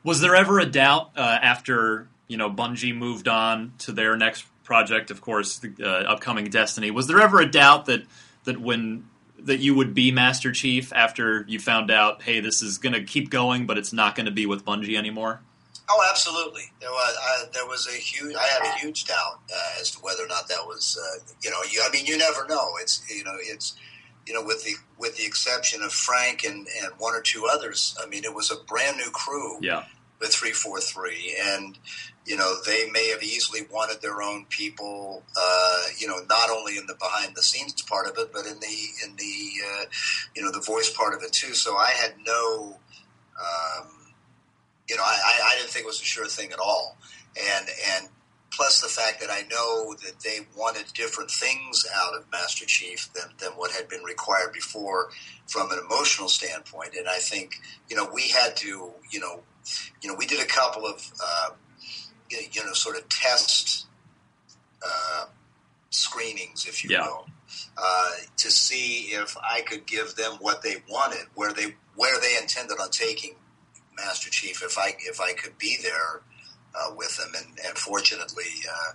Speaker 4: Was there ever a doubt uh, after you know Bungie moved on to their next project? Of course, the uh, upcoming Destiny. Was there ever a doubt that that when that you would be Master Chief after you found out, hey, this is going to keep going, but it's not going to be with Bungie anymore?
Speaker 2: Oh, absolutely. There was I, there was a huge. I had a huge doubt uh, as to whether or not that was. Uh, you know, you, I mean, you never know. It's you know, it's you know, with the with the exception of Frank and and one or two others. I mean, it was a brand new crew.
Speaker 4: Yeah.
Speaker 2: With three four three, and you know they may have easily wanted their own people. Uh, you know, not only in the behind the scenes part of it, but in the in the uh, you know the voice part of it too. So I had no. Um, you know, I, I, I didn't think it was a sure thing at all. And and plus the fact that I know that they wanted different things out of Master Chief than, than what had been required before from an emotional standpoint. And I think, you know, we had to, you know, you know, we did a couple of, uh, you you know, sort of test uh, screenings, if you
Speaker 4: Yeah.
Speaker 2: will, uh, to see if I could give them what they wanted, where they where they intended on taking Master Chief, if I if I could be there uh, with them, and, and fortunately, uh,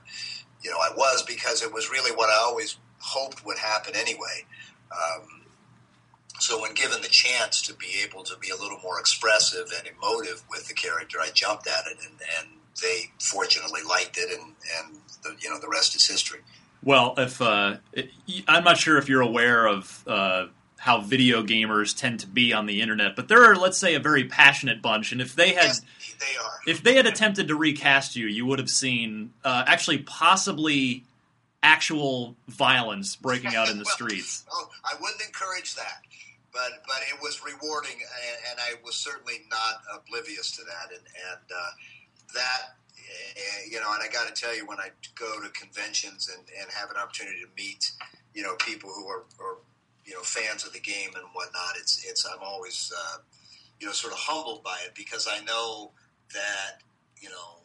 Speaker 2: you know, I was because it was really what I always hoped would happen anyway. Um, so when given the chance to be able to be a little more expressive and emotive with the character, I jumped at it, and, and they fortunately liked it, and and the, you know the rest is history.
Speaker 4: Well, if uh, it- I'm not sure if you're aware of uh, how video gamers tend to be on the internet, but there are, let's say, a very passionate bunch, and if they had
Speaker 2: They are.
Speaker 4: if they had attempted to recast you, you would have seen uh, actually possibly actual violence breaking out in the
Speaker 2: Well,
Speaker 4: streets.
Speaker 2: Oh, I wouldn't encourage that, but but it was rewarding, and, and I was certainly not oblivious to that, and and uh, that. eh, You know, and I got to tell you, when I go to conventions and, and have an opportunity to meet, you know, people who are, are you know fans of the game and whatnot, it's it's I'm always uh, you know sort of humbled by it because I know that you know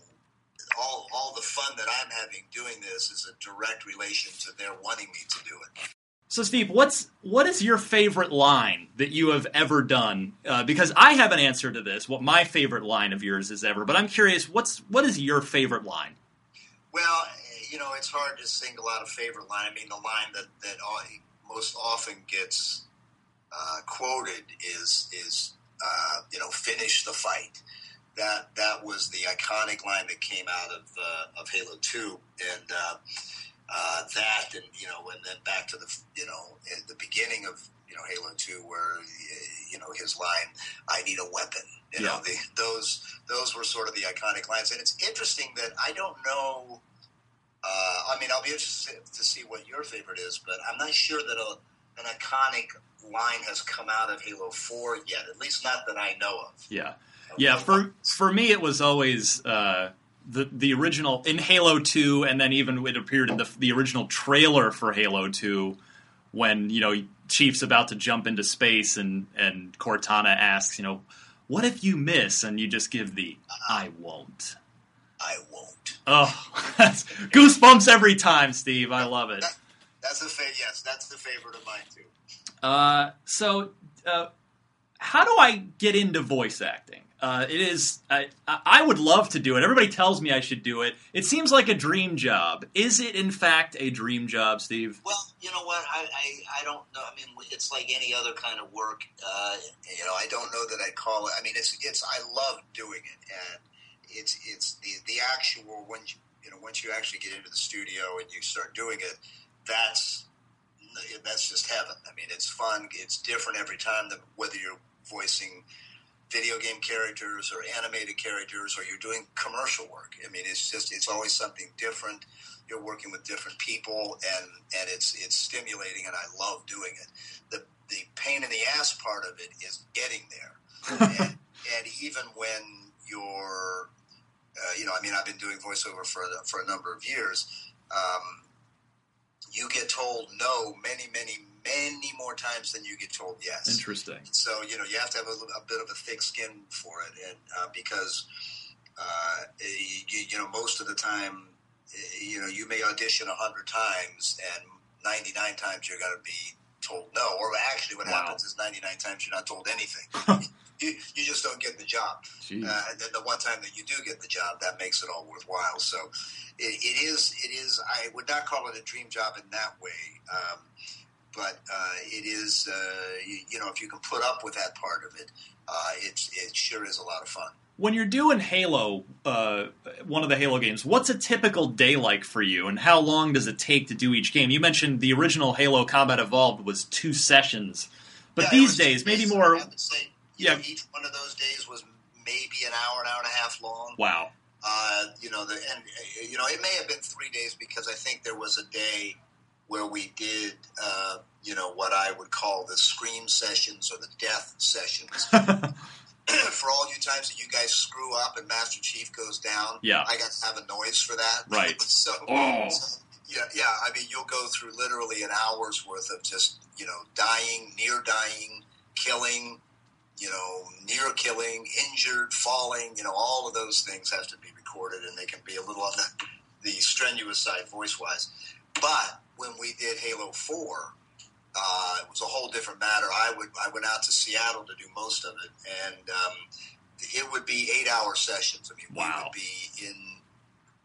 Speaker 2: all all the fun that I'm having doing this is a direct relation to their wanting me to do it.
Speaker 4: So, Steve, what's what is your favorite line that you have ever done? Uh, because I have an answer to this. What my favorite line of yours is ever, but I'm curious. What's what is your favorite line?
Speaker 2: Well, eh, you know, it's hard to single out a favorite line. I mean, the line that that al- most often gets uh, quoted is is uh, you know, finish the fight. That that was the iconic line that came out of uh, of Halo Two, and uh, uh, that, and you know, and then back to the you know at the beginning of you know Halo Two, where eh, you know his line, "I need a weapon." You know, the, those those were sort of the iconic lines, and it's interesting that I don't know Uh, I mean, I'll be interested to see what your favorite is, but I'm not sure that a, an iconic line has come out of Halo 4 yet, at least not that I know of.
Speaker 4: Yeah, yeah. For for me, it was always uh, the the original in Halo Two, and then even it appeared in the the original trailer for Halo Two, when you know Chief's about to jump into space, and and Cortana asks, you know, what if you miss, and you just give the I won't.
Speaker 2: I won't.
Speaker 4: Oh, that's goosebumps every time, Steve. I love it.
Speaker 2: That's a fa- yes, that's the favorite of mine too.
Speaker 4: Uh, so, uh, how do I get into voice acting? Uh, it is. I, I would love to do it. Everybody tells me I should do it. It seems like a dream job. Is it in fact a dream job, Steve?
Speaker 2: Well, you know what? I, I, I don't know. I mean, it's like any other kind of work. Uh, you know, I don't know that I call it. I mean, it's it's. I love doing it, and it's it's the the actual when you you know once you actually get into the studio and you start doing it, that's that's just heaven. I mean, it's fun. It's different every time. That whether you're voicing video game characters or animated characters or you're doing commercial work. I mean, it's just it's always something different. You're working with different people, and and it's it's stimulating, and I love doing it. The the pain in the ass part of it is getting there, and, and even when you're, uh, you know, I mean, I've been doing voiceover for a- for a number of years. Um, you get told no many, many, many more times than you get told yes.
Speaker 4: Interesting.
Speaker 2: So you know you have to have a, little- a bit of a thick skin for it, and uh, because uh, you, you know most of the time, eh, you know you may audition a hundred times, and ninety nine times you're going to be told no. Or actually, what happens is ninety nine times you're not told anything. you, you just don't get the job.
Speaker 4: Jeez.
Speaker 2: Uh, and then the one time that you do get the job, that makes it all worthwhile. So it, it is it is. I would not call it a dream job in that way. Um, but uh, it is uh, you, you know if you can put up with that part of it, uh, it's it sure is a lot of fun.
Speaker 4: When you're doing Halo, uh, one of the Halo games, what's a typical day like for you, and how long does it take to do each game? You mentioned the original Halo Combat Evolved was two sessions, but
Speaker 2: Yeah, it
Speaker 4: these
Speaker 2: was two
Speaker 4: days maybe
Speaker 2: days.
Speaker 4: more.
Speaker 2: I would say you
Speaker 4: Yeah.
Speaker 2: know, each one of those days was maybe an hour, an hour and a half long.
Speaker 4: Wow.
Speaker 2: Uh, you know, the, and uh, you know it may have been three days because I think there was a day where we did uh, you know what I would call the scream sessions or the death sessions. for all you times that you guys screw up and Master Chief goes down,
Speaker 4: Yeah.
Speaker 2: I got to have a noise for that.
Speaker 4: Right.
Speaker 2: so,
Speaker 4: Oh.
Speaker 2: so, yeah, yeah. I mean, you'll go through literally an hour's worth of just you know dying, near dying, killing, you know, near killing, injured, falling. You know, all of those things have to be recorded, and they can be a little on the, the strenuous side, voice wise. But when we did Halo Four, uh, it was a whole different matter. I would I went out to Seattle to do most of it, and um, it would be eight hour sessions. I mean, we would be in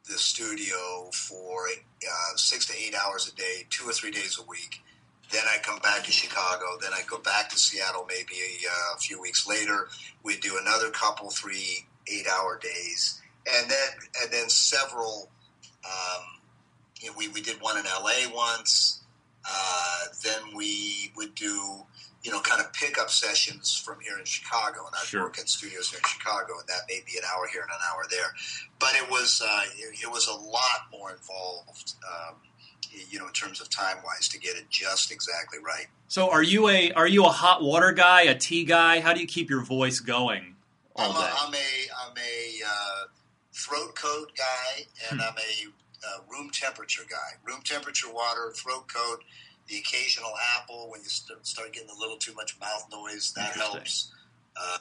Speaker 2: the studio for uh, six to eight hours a day, two or three days a week. Then I come back to Chicago. Then I go back to Seattle maybe a, uh, few weeks later. We do another couple, three eight hour days, and then and then several. Um, you know, we we did one in L.A. once. Uh, then we would do you know kind of pickup sessions from here in Chicago, and I'd
Speaker 4: Sure.
Speaker 2: work at studios here in Chicago, and that may be an hour here and an hour there. But it was uh, it, it was a lot more involved, um, you know, in terms of time wise to get it just exactly right.
Speaker 4: So are you a are you a hot water guy, a tea guy? How do you keep your voice going all
Speaker 2: I'm a,
Speaker 4: day?
Speaker 2: I'm a I'm a uh, throat coat guy, and
Speaker 4: Hmm.
Speaker 2: I'm a uh, room temperature guy. Room temperature water, throat coat, the occasional apple when you st- start getting a little too much mouth noise that
Speaker 4: Interesting.
Speaker 2: helps.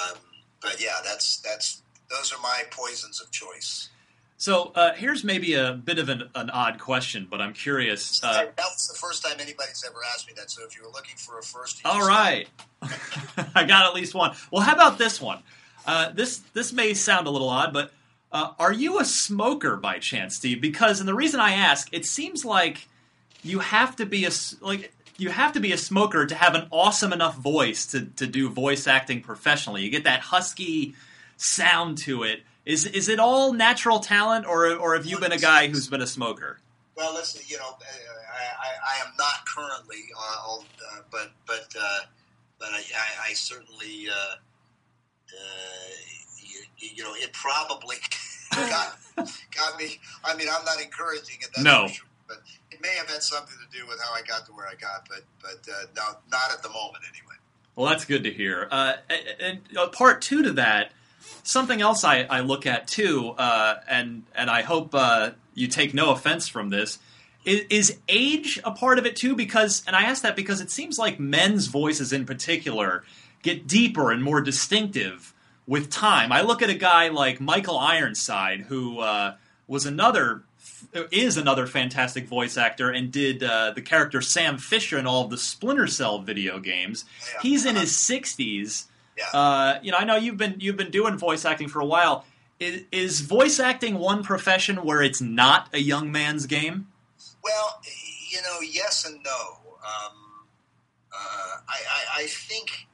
Speaker 2: Um, but yeah, that's that's those are my poisons of choice.
Speaker 4: So uh, here's maybe a bit of an, an odd question, but I'm curious. Uh,
Speaker 2: that was the first time anybody's ever asked me that. So if you were looking for a first, you
Speaker 4: all
Speaker 2: just-
Speaker 4: right, I got at least one. Well, how about this one? Uh, this this may sound a little odd, but uh, are you a smoker by chance, Steve? Because and the reason I ask, it seems like you have to be a s- like you have to be a smoker to have an awesome enough voice to to do voice acting professionally. You get that husky sound to it. Is is it all natural talent, or or have you been a guy who's been a smoker?
Speaker 2: Well, listen, you know, uh, I, I, I am not currently, uh, I'll- uh, but but uh, but I, I, I certainly, uh, uh, you, you know, it probably got, got me. I mean, I'm not encouraging it. That's
Speaker 4: No.
Speaker 2: for sure, but it may have had something to do with how I got to where I got, but but uh, no, not at the moment anyway.
Speaker 4: Well, that's good to hear. Uh, and, and uh, part two to that, something else I, I look at too, uh, and and I hope uh, you take no offense from this. Is, is age a part of it too? Because, and I ask that because it seems like men's voices in particular get deeper and more distinctive with time. I look at a guy like Michael Ironside, who uh, was another is another fantastic voice actor and did uh, the character Sam Fisher in all of the Splinter Cell video games. He's
Speaker 2: Uh,
Speaker 4: in his sixties. Uh, you know, I know you've been you've been doing voice acting for a while. Is, is voice acting one profession where it's not a young man's game?
Speaker 2: Well, you know, yes and no. Um, uh, I, I, I think,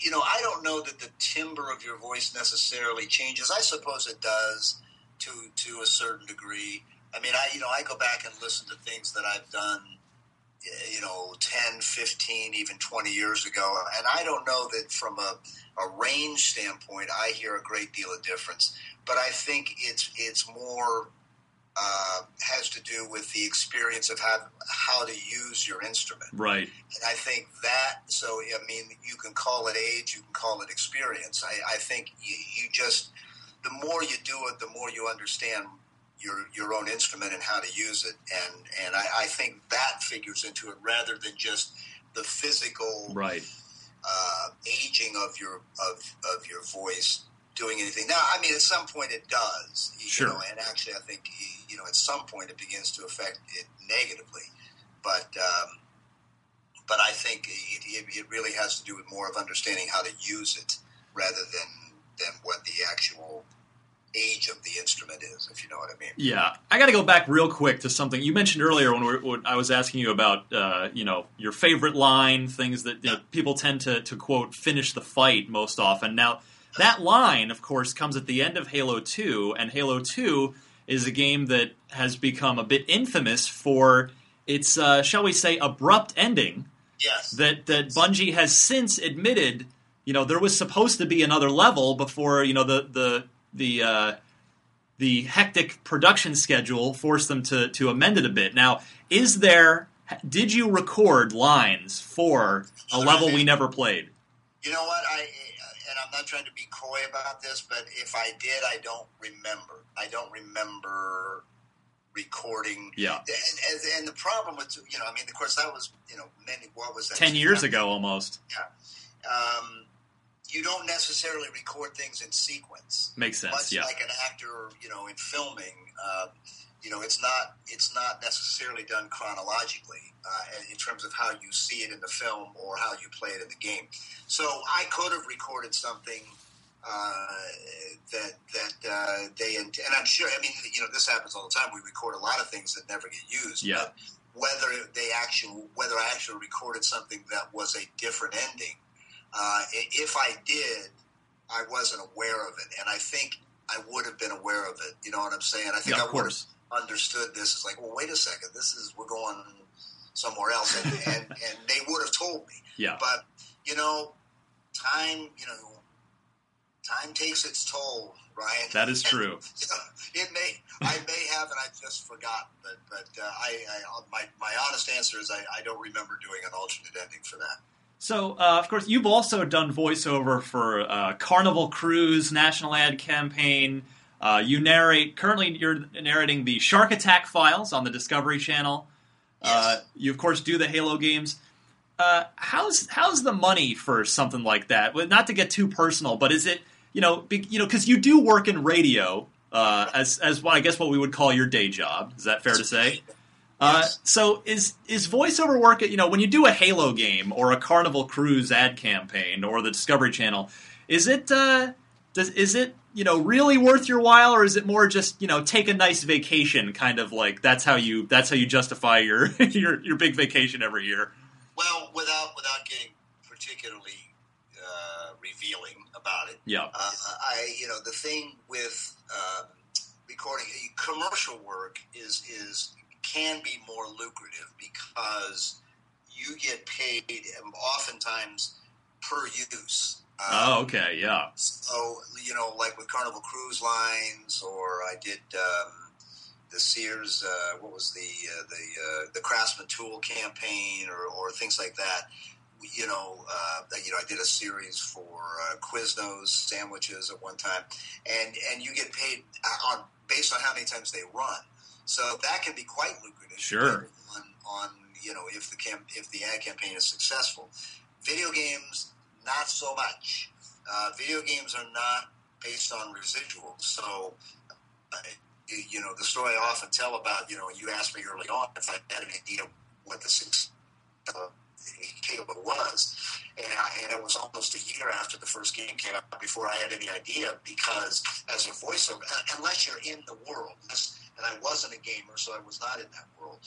Speaker 2: you know, I don't know that the timbre of your voice necessarily changes. I suppose it does to to a certain degree. I mean, I you know, I go back and listen to things that I've done, y- you know, 10, 15, even 20 years ago, and I don't know that from a, a range standpoint, I hear a great deal of difference. But I think it's it's more uh, has to do with the experience of how how to use your instrument.
Speaker 4: Right.
Speaker 2: And I think that, so, I mean, you can call it age, you can call it experience. I, I think you, you just, the more you do it, the more you understand your, your own instrument and how to use it. And, and I, I think that figures into it rather than just the physical
Speaker 4: Right.
Speaker 2: uh, aging of your, of, of your voice doing anything. Now, I mean, at some point it does. You
Speaker 4: Sure.
Speaker 2: Know, and actually, I think, you know, at some point it begins to affect it negatively. But, um, but I think it, it, it really has to do with more of understanding how to use it rather than than what the actual age of the instrument is, if you know what I mean.
Speaker 4: Yeah, I got to go back real quick to something you mentioned earlier when, we were, when I was asking you about uh, you know your favorite line, things that you know, people tend to to quote finish the fight most often. Now that line, of course, comes at the end of Halo Two, and Halo Two is a game that has become a bit infamous for its uh, shall we say abrupt ending.
Speaker 2: Yes.
Speaker 4: That that Bungie has since admitted, you know, there was supposed to be another level before you know the the the. Uh, the hectic production schedule forced them to to amend it a bit. Now, is there did you record lines for a level we never played?
Speaker 2: You know what? I and I'm not trying to be coy about this, but if I did, I don't remember. I don't remember recording.
Speaker 4: Yeah.
Speaker 2: And, and, and the problem with you know, I mean, of course, that was you know, many. What was that?
Speaker 4: 10 years ago almost.
Speaker 2: Yeah. Um, you don't necessarily record things in sequence.
Speaker 4: Makes sense,
Speaker 2: Much
Speaker 4: yeah.
Speaker 2: like an actor, you know, in filming, uh, you know, it's not it's not necessarily done chronologically uh, in terms of how you see it in the film or how you play it in the game. So I could have recorded something uh, that that uh, they and I'm sure. I mean, you know, this happens all the time. We record a lot of things that never get used.
Speaker 4: Yeah.
Speaker 2: But whether they actually whether I actually recorded something that was a different ending. Uh, i- if I did, I wasn't aware of it, and I think I would have been aware of it. You know what I'm saying? I think
Speaker 4: Yeah,
Speaker 2: I
Speaker 4: of
Speaker 2: would
Speaker 4: course.
Speaker 2: have understood this. It's like, well, wait a second, this is we're going somewhere else, and and, and they would have told me.
Speaker 4: Yeah.
Speaker 2: But you know, time, you know, time takes its toll, Ryan.
Speaker 4: That is true.
Speaker 2: it may, I may have, and I've just forgotten. But but uh, I, I my my honest answer is I, I don't remember doing an alternate ending for that.
Speaker 4: So, uh, of course, you've also done voiceover for uh, Carnival Cruise, National Ad Campaign. Uh, you narrate currently. You're narrating the Shark Attack files on the Discovery Channel. Uh, you, of course, do the Halo games. Uh, how's how's the money for something like that? Well, not to get too personal, but is it you know be, you know because you do work in radio uh, as as what I guess what we would call your day job. Is that fair to say? Uh, so is is voiceover work? You know, when you do a Halo game or a Carnival Cruise ad campaign or the Discovery Channel, is it uh, does is it you know really worth your while, or is it more just you know take a nice vacation kind of like that's how you that's how you justify your your your big vacation every year?
Speaker 2: Well, without without getting particularly uh, revealing about it,
Speaker 4: Yeah.
Speaker 2: uh, I you know the thing with um, recording uh, commercial work is is can be more lucrative because you get paid um, oftentimes per use.
Speaker 4: Oh, okay, yeah.
Speaker 2: So you know, like with Carnival Cruise Lines, or I did um, the Sears. Uh, what was the uh, the uh, the Craftsman Tool campaign, or, or things like that. You know, uh, you know, I did a series for uh, Quiznos sandwiches at one time, and and you get paid uh, on based on how many times they run. So that can be quite lucrative.
Speaker 4: Sure.
Speaker 2: On, on you know if the camp if the ad campaign is successful, video games not so much. Uh, video games are not based on residuals, so uh, you, you know the story I often tell about you know you asked me early on if I had an idea what the six uh, Halo was, and, I, and it was almost a year after the first game came out before I had any idea because as a voiceover, uh, unless you're in the world, unless- and I wasn't a gamer, so I was not in that world.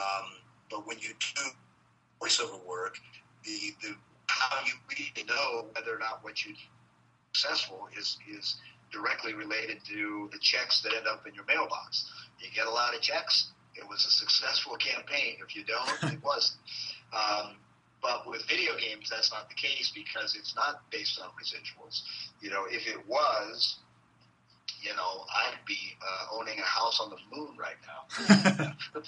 Speaker 2: Um, but when you do voiceover work, the, the how you really know whether or not what you successful is is directly related to the checks that end up in your mailbox. You get a lot of checks. It was a successful campaign. If you don't, it wasn't. Um, but with video games, that's not the case because it's not based on residuals. You know, if it was, you know, I'd be uh, owning a house on the moon right now. but,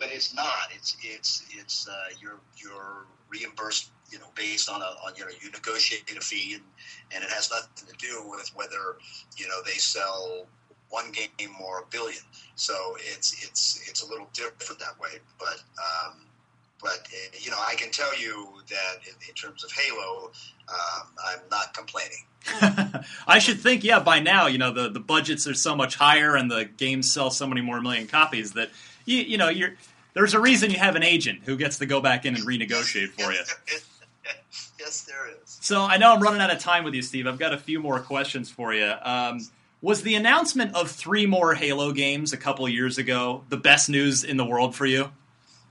Speaker 2: but it's not. It's it's it's uh, you're you're reimbursed. You know, based on a on you know you negotiate a fee, and and it has nothing to do with whether you know they sell one game or a billion. So it's it's it's a little different that way. But um, but uh, you know, I can tell you that in, in terms of Halo, um, I'm not complaining.
Speaker 4: I should think, yeah, by now, you know, the, the budgets are so much higher and the games sell so many more million copies that, you, you know, you're, there's a reason you have an agent who gets to go back in and renegotiate for you.
Speaker 2: yes, there is.
Speaker 4: So I know I'm running out of time with you, Steve. I've got a few more questions for you. Um, was the announcement of three more Halo games a couple years ago the best news in the world for you?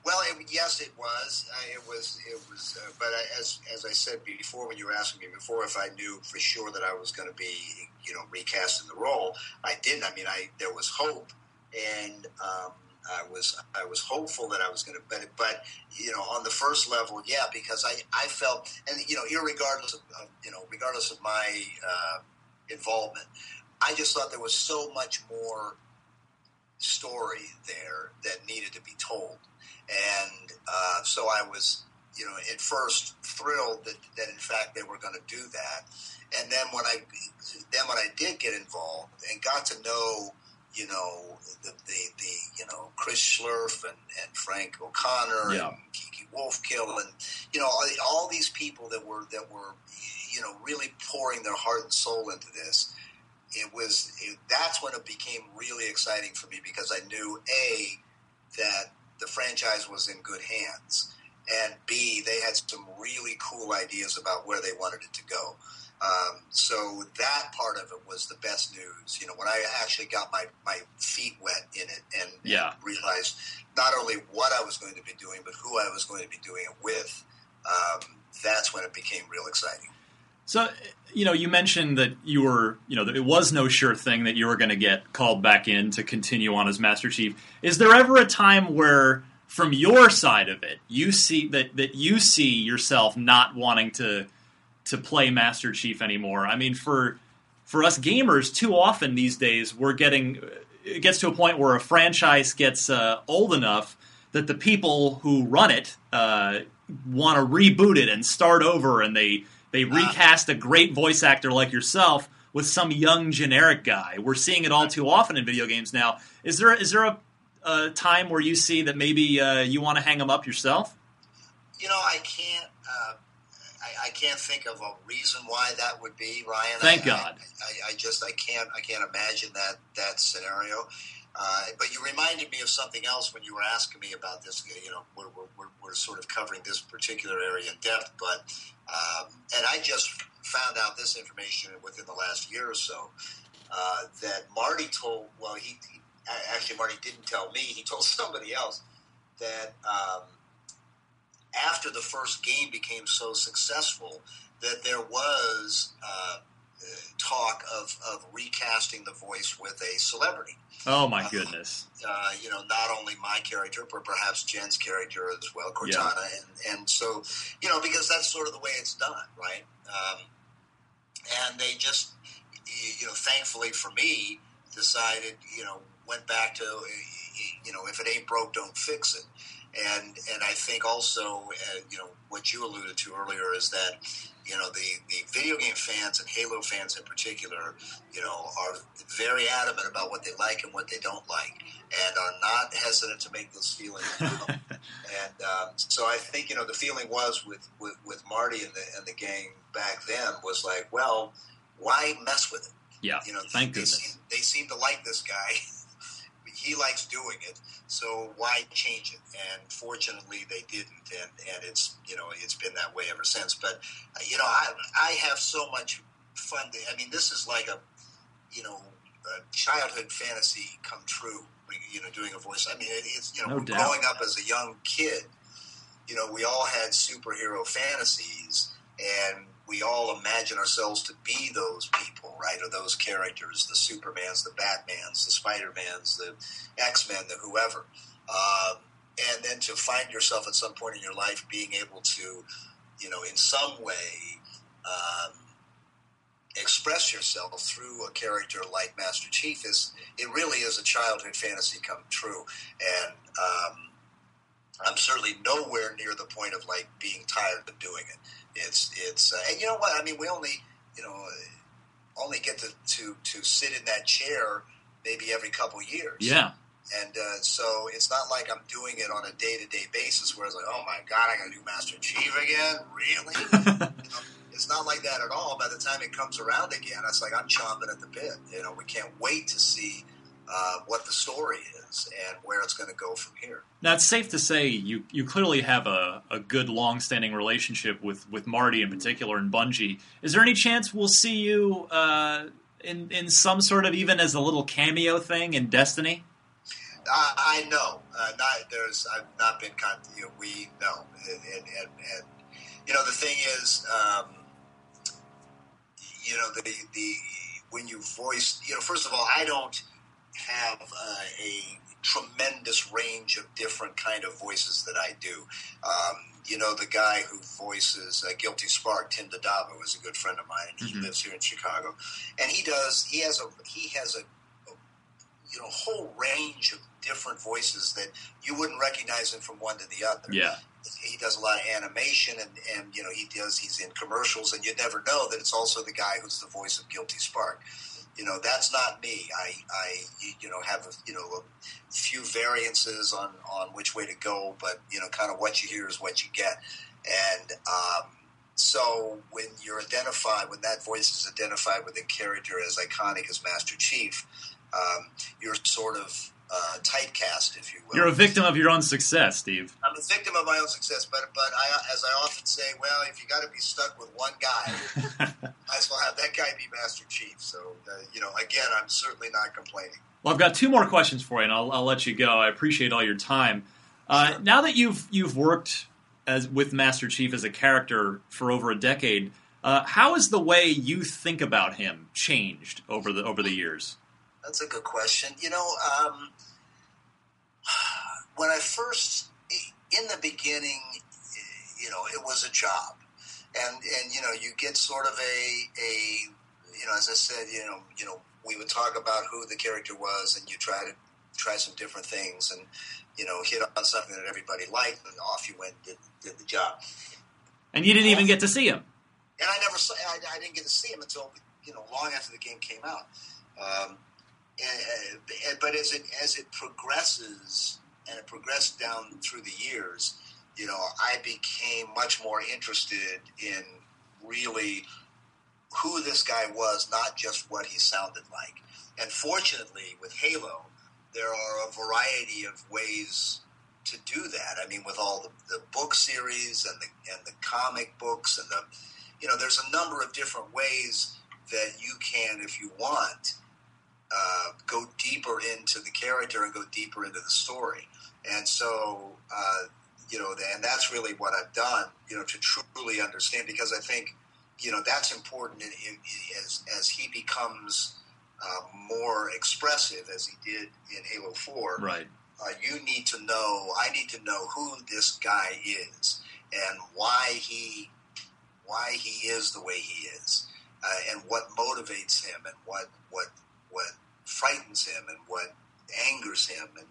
Speaker 2: Well, it, yes, it was. Uh, it was. It was. Uh, but I, as as I said before, when you were asking me before if I knew for sure that I was going to be, you know, recast in the role, I didn't. I mean, I there was hope, and um, I was I was hopeful that I was going to. But but you know, on the first level, yeah, because I I felt, and you know, irregardless of, of you know, regardless of my uh, involvement, I just thought there was so much more story there that needed to be told. And uh, so I was, you know, at first thrilled that, that in fact they were going to do that. And then when I then when I did get involved and got to know, you know, the the, the you know Chris Schlurf and, and Frank O'Connor
Speaker 4: Yeah.
Speaker 2: and Kiki Wolfkill and you know all, all these people that were that were you know really pouring their heart and soul into this it was it, that's when it became really exciting for me because I knew a that the franchise was in good hands, and b they had some really cool ideas about where they wanted it to go. Um, so that part of it was the best news. You know, when I actually got my, my feet wet in it and
Speaker 4: Yeah.
Speaker 2: realized not only what I was going to be doing, but who I was going to be doing it with, um, that's when it became real exciting.
Speaker 4: So, you know, you mentioned that you were, you know, that it was no sure thing that you were going to get called back in to continue on as Master Chief. Is there ever a time where, from your side of it, you see that that you see yourself not wanting to to play Master Chief anymore? I mean, for for us gamers, too often these days we're getting it gets to a point where a franchise gets uh, old enough that the people who run it uh, want to reboot it and start over, and they they recast a great voice actor like yourself with some young generic guy. We're seeing it all too often in video games now. Is there is there a, a time where you see that maybe uh, you want to hang them up yourself?
Speaker 2: You know, I can't. Uh, I, I can't think of a reason why that would be, Ryan.
Speaker 4: Thank
Speaker 2: I,
Speaker 4: God.
Speaker 2: I, I, I just I can't I can't imagine that that scenario. Uh, but you reminded me of something else when you were asking me about this. You know, we're, we're, we're, we're sort of covering this particular area in depth, but um, and I just found out this information within the last year or so uh, that Marty told. Well, he, he actually Marty didn't tell me. He told somebody else that um, after the first game became so successful that there was uh, uh, talk of, of recasting the voice with a celebrity.
Speaker 4: Oh my goodness.
Speaker 2: Uh, you know, not only my character, but perhaps Jen's character as well, Cortana, and, and so you know because that's sort of the way it's done, right? Um, and they just, y- you know, thankfully for me, decided, you know, went back to, you know, if it ain't broke, don't fix it. And and I think also, uh, you know, what you alluded to earlier is that, you know, the, the video game fans and Halo fans in particular, you know, are very adamant about what they like and what they don't like, and are not hesitant to make those feelings known. and um, so I think you know the feeling was with with, with Marty and the and the gang back then was like, well, why mess with it?
Speaker 10: Yeah,
Speaker 2: You know,
Speaker 10: thank
Speaker 2: they
Speaker 10: goodness.
Speaker 2: Seem, they seem to like this guy. he likes doing it, so why change it? And fortunately, they didn't, and and it's you know it's been that way ever since. But uh, you know, I I have so much fun. To, I mean, this is like a you know a childhood fantasy come true. You know, doing a voice. I mean, it, it's you know,
Speaker 10: No doubt.
Speaker 2: growing up as a young kid, you know, we all had superhero fantasies, and we all imagine ourselves to be those people, right? Or those characters, the Supermans, the Batmans, the Spider-Mans, the X-Men, the whoever. Um, and then to find yourself at some point in your life being able to, you know, in some way, um, express yourself through a character like Master Chief is it really is a childhood fantasy come true, and um, I'm certainly nowhere near the point of like being tired of doing it. It's it's uh, and you know what I mean. We only you know uh, only get to to, to sit in that chair maybe every couple years.
Speaker 10: Yeah.
Speaker 2: And uh, so it's not like I'm doing it on a day to day basis where it's like, oh my God, I got to do Master Chief again? Really? You know, it's not like that at all. By the time it comes around again, it's like I'm chomping at the bit. You know, we can't wait to see uh, what the story is and where it's going to go from here.
Speaker 10: Now it's safe to say you you clearly have a, a good long standing relationship with, with Marty in particular and Bungie. Is there any chance we'll see you uh, in in some sort of even as a little cameo thing in Destiny?
Speaker 2: I, I know. Uh, not, there's. I've not been. Con- you know, we know. And, and, and, and you know, the thing is, um, you know, the the when you voice, you know, first of all, I don't have uh, a tremendous range of different kind of voices that I do. Um, you know, the guy who voices uh, Guilty Spark, Tim Dadavo, is a good friend of mine, and he
Speaker 10: Mhm.
Speaker 2: lives here in Chicago, and he does. He has a he has a you know whole range of different voices that you wouldn't recognize him from one to the other.
Speaker 10: Yeah.
Speaker 2: He does a lot of animation, and, and you know he does. He's in commercials, and you never know that it's also the guy who's the voice of Guilty Spark. You know that's not me. I, I you- you know have a, you know a few variances on on which way to go, but you know kind of what you hear is what you get, and um, so when you're identified, when that voice is identified with a character as iconic as Master Chief, um, you're sort of uh, typecast, if you will.
Speaker 10: You're a victim of your own success, Steve.
Speaker 2: I'm a victim of my own success, but but I, as I often say, well, if you got to be stuck with one guy, might as well have that guy be Master Chief. So uh, you know, again, I'm certainly not complaining.
Speaker 10: Well, I've got two more questions for you, and I'll, I'll let you go. I appreciate all your time. Uh, Now that you've you've worked as with Master Chief as a character for over a decade, uh, how has the way you think about him changed over the over the years?
Speaker 2: That's a good question. You know, um, when I first in the beginning, you know, it was a job, and and you know, you get sort of a a you know, as I said, you know, you know, we would talk about who the character was, and you try to try some different things, and you know, hit on something that everybody liked, and off you went, and did, did the job.
Speaker 10: And you didn't even get to see him.
Speaker 2: And I never saw, I, I didn't get to see him until you know long after the game came out. Um, and, and, but as it as it progresses and it progressed down through the years, you know, I became much more interested in really who this guy was, not just what he sounded like. And fortunately, with Halo, there are a variety of ways to do that. I mean, with all the, the book series and the and the comic books and the you know, there's a number of different ways that you can, if you want, uh, go deeper into the character and go deeper into the story. And so, uh, you know, and that's really what I've done, you know, to truly understand, because I think, you know, that's important in, in, as, as he becomes uh, more expressive as he did in Halo 4
Speaker 10: Right.
Speaker 2: uh, you need to know, I need to know who this guy is and why he, why he is the way he is. uh, and what motivates him and what what what frightens him and what angers him and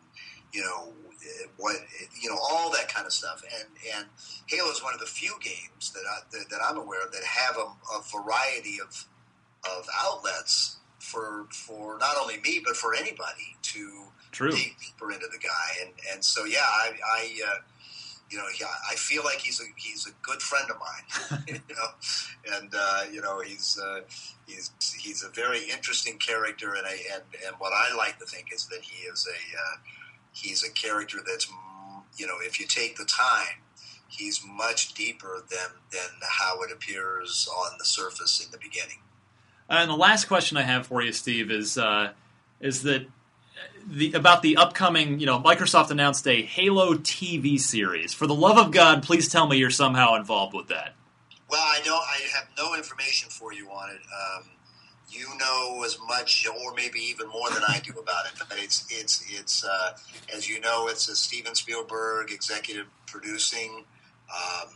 Speaker 2: you know eh, what eh, you know all that kind of stuff and and Halo is one of the few games that I, that, that I'm aware of that have a, a variety of of outlets for for not only me but for anybody to
Speaker 10: True.
Speaker 2: dig deeper into the guy and and so yeah I, I uh, you know yeah, I feel like he's a he's a good friend of mine you know and uh, you know he's uh, he's he's a very interesting character and I and and what I like to think is that he is a uh, he's a character that's mm, you know if you take the time he's much deeper than than how it appears on the surface in the beginning.
Speaker 10: And the last question I have for you, Steve, is uh, is that the about the upcoming. You know, Microsoft announced a Halo TV series. For the love of God, please tell me you're somehow involved with that.
Speaker 2: Well, I don't. I have no information for you on it. Um, you know as much, or maybe even more than I do about it. But it's it's it's uh, as you know, it's a Steven Spielberg executive producing, um,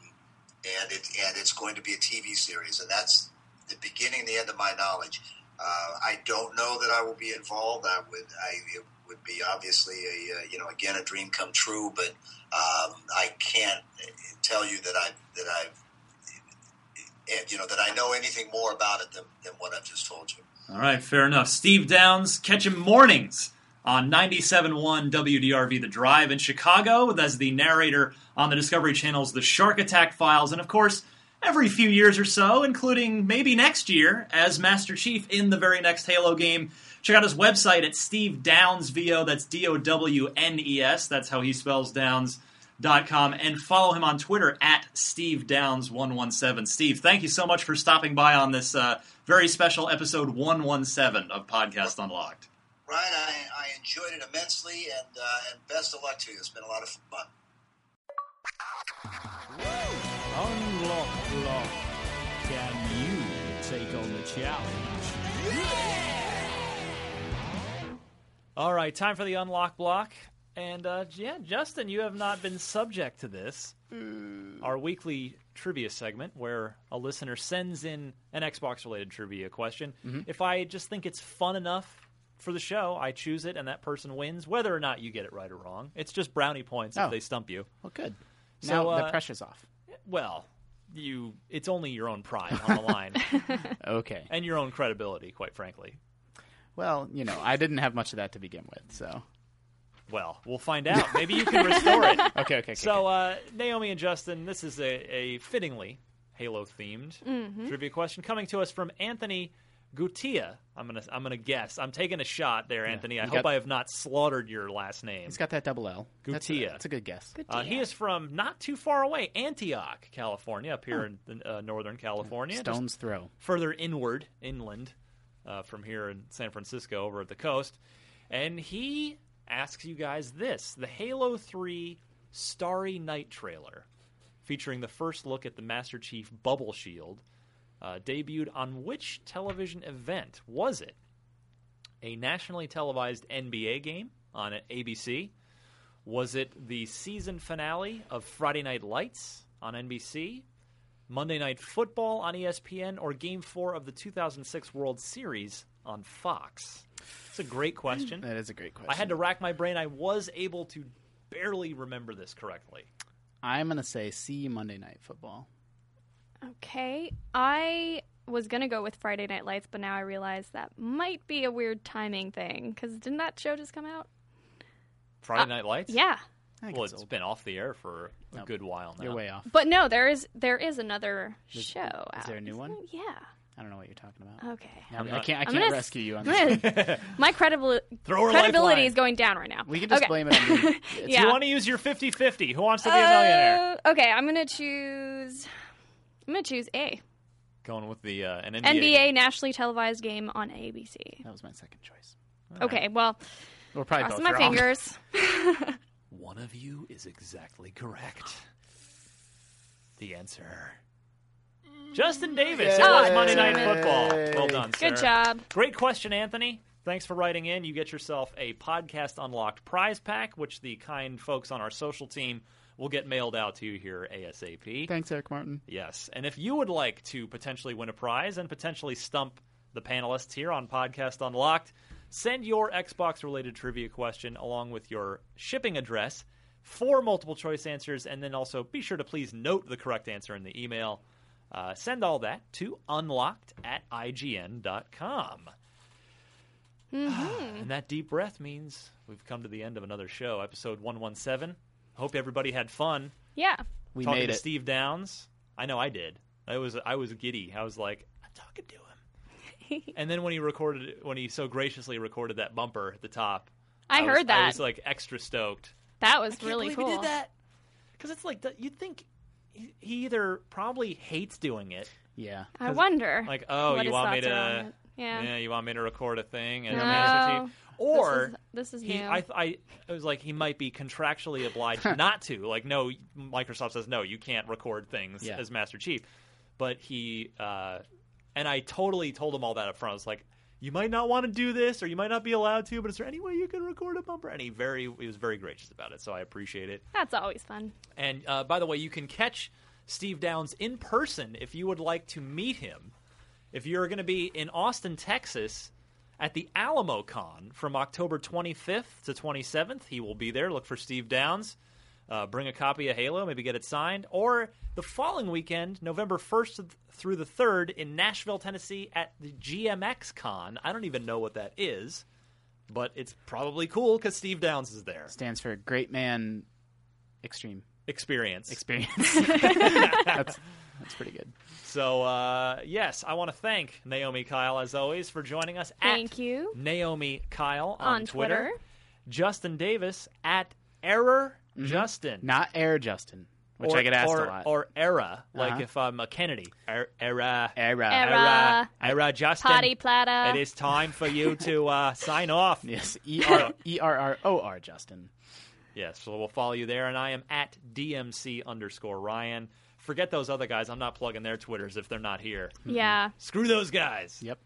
Speaker 2: and it and it's going to be a TV series, and that's the beginning, and the end of my knowledge. Uh, I don't know that I will be involved. I would I it would be obviously a uh, you know again a dream come true, but um, I can't uh, tell you that I that I've and you know that I know anything more about it than, than what I've just told you.
Speaker 10: All right, fair enough. Steve Downs, catch him mornings on 97.1 WDRV The Drive in Chicago. That's the narrator on the Discovery Channel's The Shark Attack Files. And of course, every few years or so, including maybe next year, as Master Chief in the very next Halo game. Check out his website at Steve Downs, VO. That's D O W N E S. That's how he spells Downs. Dot com and follow him on Twitter at Steve Downs one one seven. Steve, thank you so much for stopping by on this uh, very special episode one one seven of Podcast Unlocked.
Speaker 2: Right, I, I enjoyed it immensely, and uh, and best of luck to you. It's been a lot of fun.
Speaker 9: Unlock Lock. Can you take on the challenge?
Speaker 4: All right, time for the unlock block. And uh, yeah, Justin, you have not been subject to this.
Speaker 6: Mm.
Speaker 4: Our weekly trivia segment where a listener sends in an Xbox related trivia question.
Speaker 6: Mm-hmm.
Speaker 4: If I just think it's fun enough for the show, I choose it and that person wins, whether or not you get it right or wrong. It's just brownie points
Speaker 6: Oh.
Speaker 4: if they stump you.
Speaker 6: Well, good.
Speaker 4: So,
Speaker 6: now the
Speaker 4: uh,
Speaker 6: pressure's off.
Speaker 4: Well, you it's only your own pride on the line.
Speaker 6: Okay.
Speaker 4: And your own credibility, quite frankly.
Speaker 6: Well, you know, I didn't have much of that to begin with, so.
Speaker 4: Well, we'll find out. Maybe you can restore it.
Speaker 6: Okay, okay, okay.
Speaker 4: So, uh, Naomi and Justin, this is a, a fittingly Halo themed
Speaker 11: Mhm.
Speaker 4: trivia question coming to us from Anthony Gutia. I'm gonna I'm gonna guess. I'm taking a shot there, Anthony. I
Speaker 6: you
Speaker 4: hope
Speaker 6: got-
Speaker 4: I have not slaughtered your last name.
Speaker 6: He's got that double L. That's a,
Speaker 4: Gutia.
Speaker 6: that's a good guess.
Speaker 4: Uh, he is from not too far away, Antioch, California, up here in uh, Northern California. just
Speaker 6: Stone's throw.
Speaker 4: further inward, inland, uh, from here in San Francisco over at the coast. And he asks you guys this the Halo 3 Starry Night trailer, featuring the first look at the Master Chief bubble shield, uh, debuted on which television event? Was it a nationally televised NBA game on ABC? Was it the season finale of Friday Night Lights on NBC? Monday Night Football on E ESPN or Game 4 of the 2006 World Series on Fox? It's a great question.
Speaker 6: That is a great question.
Speaker 4: I had to rack my brain. I was able to barely remember this correctly.
Speaker 6: I'm going to say see Monday Night Football.
Speaker 7: Okay. I was going to go with Friday Night Lights, but now I realize that might be a weird timing thing because didn't that show just come out?
Speaker 4: Friday Night Lights?
Speaker 7: Yeah.
Speaker 4: Well, it's been off the air for a good while now.
Speaker 6: You're way off.
Speaker 7: But no, there is there is another
Speaker 6: Is-
Speaker 7: show.
Speaker 6: Is
Speaker 7: out.
Speaker 6: there a new one?
Speaker 7: Yeah.
Speaker 6: I don't know what you're talking about.
Speaker 7: Okay.
Speaker 6: Now,
Speaker 7: I'm
Speaker 6: I
Speaker 7: not-
Speaker 6: can't. I
Speaker 7: I'm
Speaker 6: can't
Speaker 7: gonna-
Speaker 6: rescue you on
Speaker 7: I'm
Speaker 6: this.
Speaker 7: gonna- my credibil-
Speaker 6: Throw her
Speaker 7: credibility
Speaker 6: lifeline.
Speaker 7: is going down right now.
Speaker 6: We can just
Speaker 7: Okay.
Speaker 6: blame it on me.
Speaker 4: If
Speaker 7: yeah.
Speaker 4: you want to use your 50 50, who wants to be a millionaire?
Speaker 7: Uh, okay, I'm gonna choose. I'm gonna choose A.
Speaker 4: Going with the uh, an NBA.
Speaker 7: NBA,
Speaker 4: game.
Speaker 7: nationally televised game on ABC.
Speaker 6: That was my second choice.
Speaker 7: Okay, well,
Speaker 6: We're probably
Speaker 7: crossing
Speaker 6: both
Speaker 7: my
Speaker 6: wrong.
Speaker 7: fingers.
Speaker 4: One of you is exactly correct. The answer. Justin Davis. It was
Speaker 7: Yay.
Speaker 4: Monday Night Football. Well done, sir.
Speaker 7: Good job.
Speaker 4: Great question, Anthony. Thanks for writing in. You get yourself a Podcast Unlocked prize pack, which the kind folks on our social team will get mailed out to you here ASAP.
Speaker 6: Thanks, Eric Martin.
Speaker 4: Yes. And if you would like to potentially win a prize and potentially stump the panelists here on Podcast Unlocked, send your Xbox related trivia question along with your shipping address for multiple choice answers. And then also be sure to please note the correct answer in the email. Uh, send all that to unlocked at IGN.com.
Speaker 7: Mm-hmm.
Speaker 4: And that deep breath means we've come to the end of another show, episode 117. Hope everybody had fun.
Speaker 7: yeah.
Speaker 6: We
Speaker 4: talking
Speaker 6: made
Speaker 4: to
Speaker 6: it.
Speaker 4: Steve Downs. I know I did. I was I was giddy. I was like, I'm talking to him. and then when he recorded when he so graciously recorded that bumper at the top,
Speaker 7: I
Speaker 4: was-
Speaker 7: heard
Speaker 4: I
Speaker 7: that.
Speaker 4: was like extra stoked
Speaker 7: That was really
Speaker 4: believe
Speaker 7: cool.
Speaker 4: he did that. because it's like that- you'd think he he either probably hates doing it.
Speaker 6: Yeah.
Speaker 7: I wonder.
Speaker 4: Like, oh,
Speaker 7: what
Speaker 4: you
Speaker 7: his
Speaker 4: want me
Speaker 7: thoughts are on
Speaker 4: to?
Speaker 7: it. Yeah.
Speaker 4: you want me to record a thing and
Speaker 7: No.
Speaker 4: manage it to you? Or
Speaker 7: This is- this is
Speaker 4: he,
Speaker 7: new.
Speaker 4: I, I, I was like, he might be contractually obliged not to. Like, no, Microsoft says no, you can't record things
Speaker 6: Yeah.
Speaker 4: as Master Chief. But he, uh, and I totally told him all that up front. I was like, you might not want to do this, or you might not be allowed to. But is there any way you can record a bumper? And he very, he was very gracious about it, so I appreciate it.
Speaker 7: That's always fun.
Speaker 4: And uh, by the way, you can catch Steve Downs in person if you would like to meet him. If you're going to be in Austin, Texas, at the Alamo Con from October 25th to 27th, he will be there. Look for Steve Downs. Uh, bring a copy of Halo, maybe get it signed. Or the following weekend, November 1st th- through the 3rd, in Nashville, Tennessee, at the GMX Con. I don't even know what that is, but it's probably cool because Steve Downs is there.
Speaker 6: Stands for Great Man Extreme
Speaker 4: Experience.
Speaker 6: Experience. that's, that's pretty good.
Speaker 4: So uh, yes, I want to thank Naomi Kyle as always for joining us.
Speaker 7: Thank
Speaker 4: at
Speaker 7: you.
Speaker 4: Naomi Kyle on,
Speaker 7: On Twitter.
Speaker 4: Justin Davis at Error Justin,
Speaker 6: Not Air Justin, Mm-hmm. which
Speaker 4: or,
Speaker 6: I get asked
Speaker 4: or,
Speaker 6: a lot.
Speaker 4: or Era, like
Speaker 6: Uh-huh.
Speaker 4: if I'm a Kennedy. Er- Era,
Speaker 6: Era.
Speaker 4: Era, Era Justin.
Speaker 7: Potty platter.
Speaker 4: It is time for you to uh, sign off.
Speaker 6: Yes, E R E R R O R Justin.
Speaker 4: Yes, so we'll follow you there. And I am at DMC underscore Ryan. Forget those other guys. I'm not plugging their Twitters if they're not here.
Speaker 7: Yeah.
Speaker 4: Screw those guys.
Speaker 6: Yep.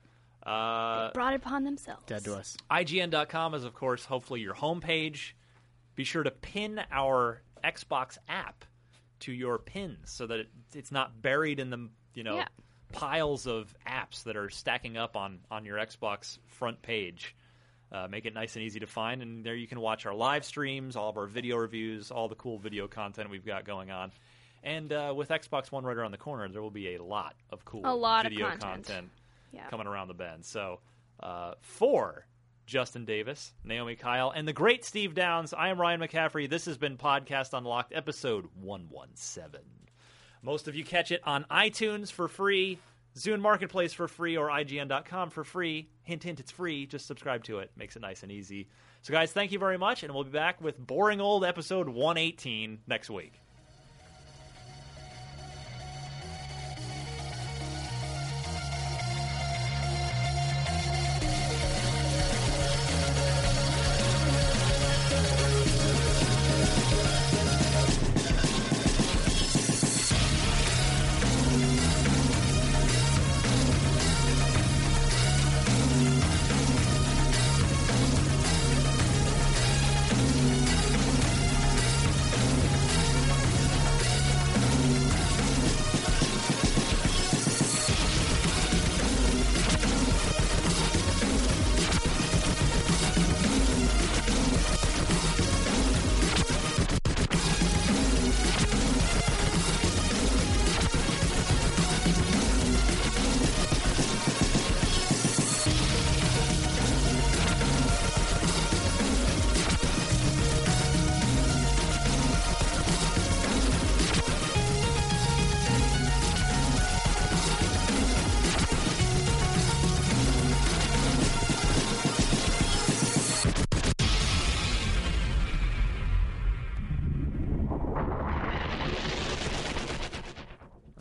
Speaker 4: Uh,
Speaker 7: Brought upon themselves.
Speaker 6: Dead to us.
Speaker 4: IGN.com is, of course, hopefully your homepage. Be sure to pin our Xbox app to your pins so that it, it's not buried in the you know
Speaker 7: Yeah.
Speaker 4: piles of apps that are stacking up on on your Xbox front page. Uh, make it nice and easy to find, and there you can watch our live streams, all of our video reviews, all the cool video content we've got going on. And uh, with Xbox One right around the corner, there will be a lot of cool
Speaker 7: A lot of
Speaker 4: video
Speaker 7: content. Yeah.
Speaker 4: coming around the bend. So, uh, for Justin Davis, Naomi Kyle, and the great Steve Downs, I am Ryan McCaffrey. This has been Podcast Unlocked, episode 117. Most of you catch it on iTunes for free, Zune Marketplace for free, or IGN.com for free. Hint, hint, it's free. Just subscribe to it. Makes it nice and easy. So, guys, thank you very much, and we'll be back with boring old episode 118 next week.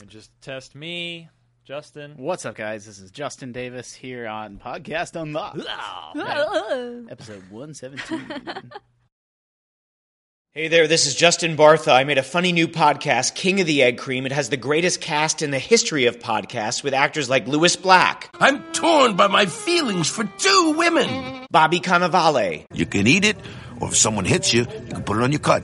Speaker 4: And just test me, Justin.
Speaker 6: What's up, guys? This is Justin Davis here on Podcast Unlocked, episode 117.
Speaker 11: Hey there, this is Justin Bartha. I made a funny new podcast, King of the Egg Cream. It has the greatest cast in the history of podcasts with actors like Louis Black. I'm torn by my feelings for two women. Bobby Cannavale.
Speaker 12: You can eat it, or if someone hits you, you can put it on your cut.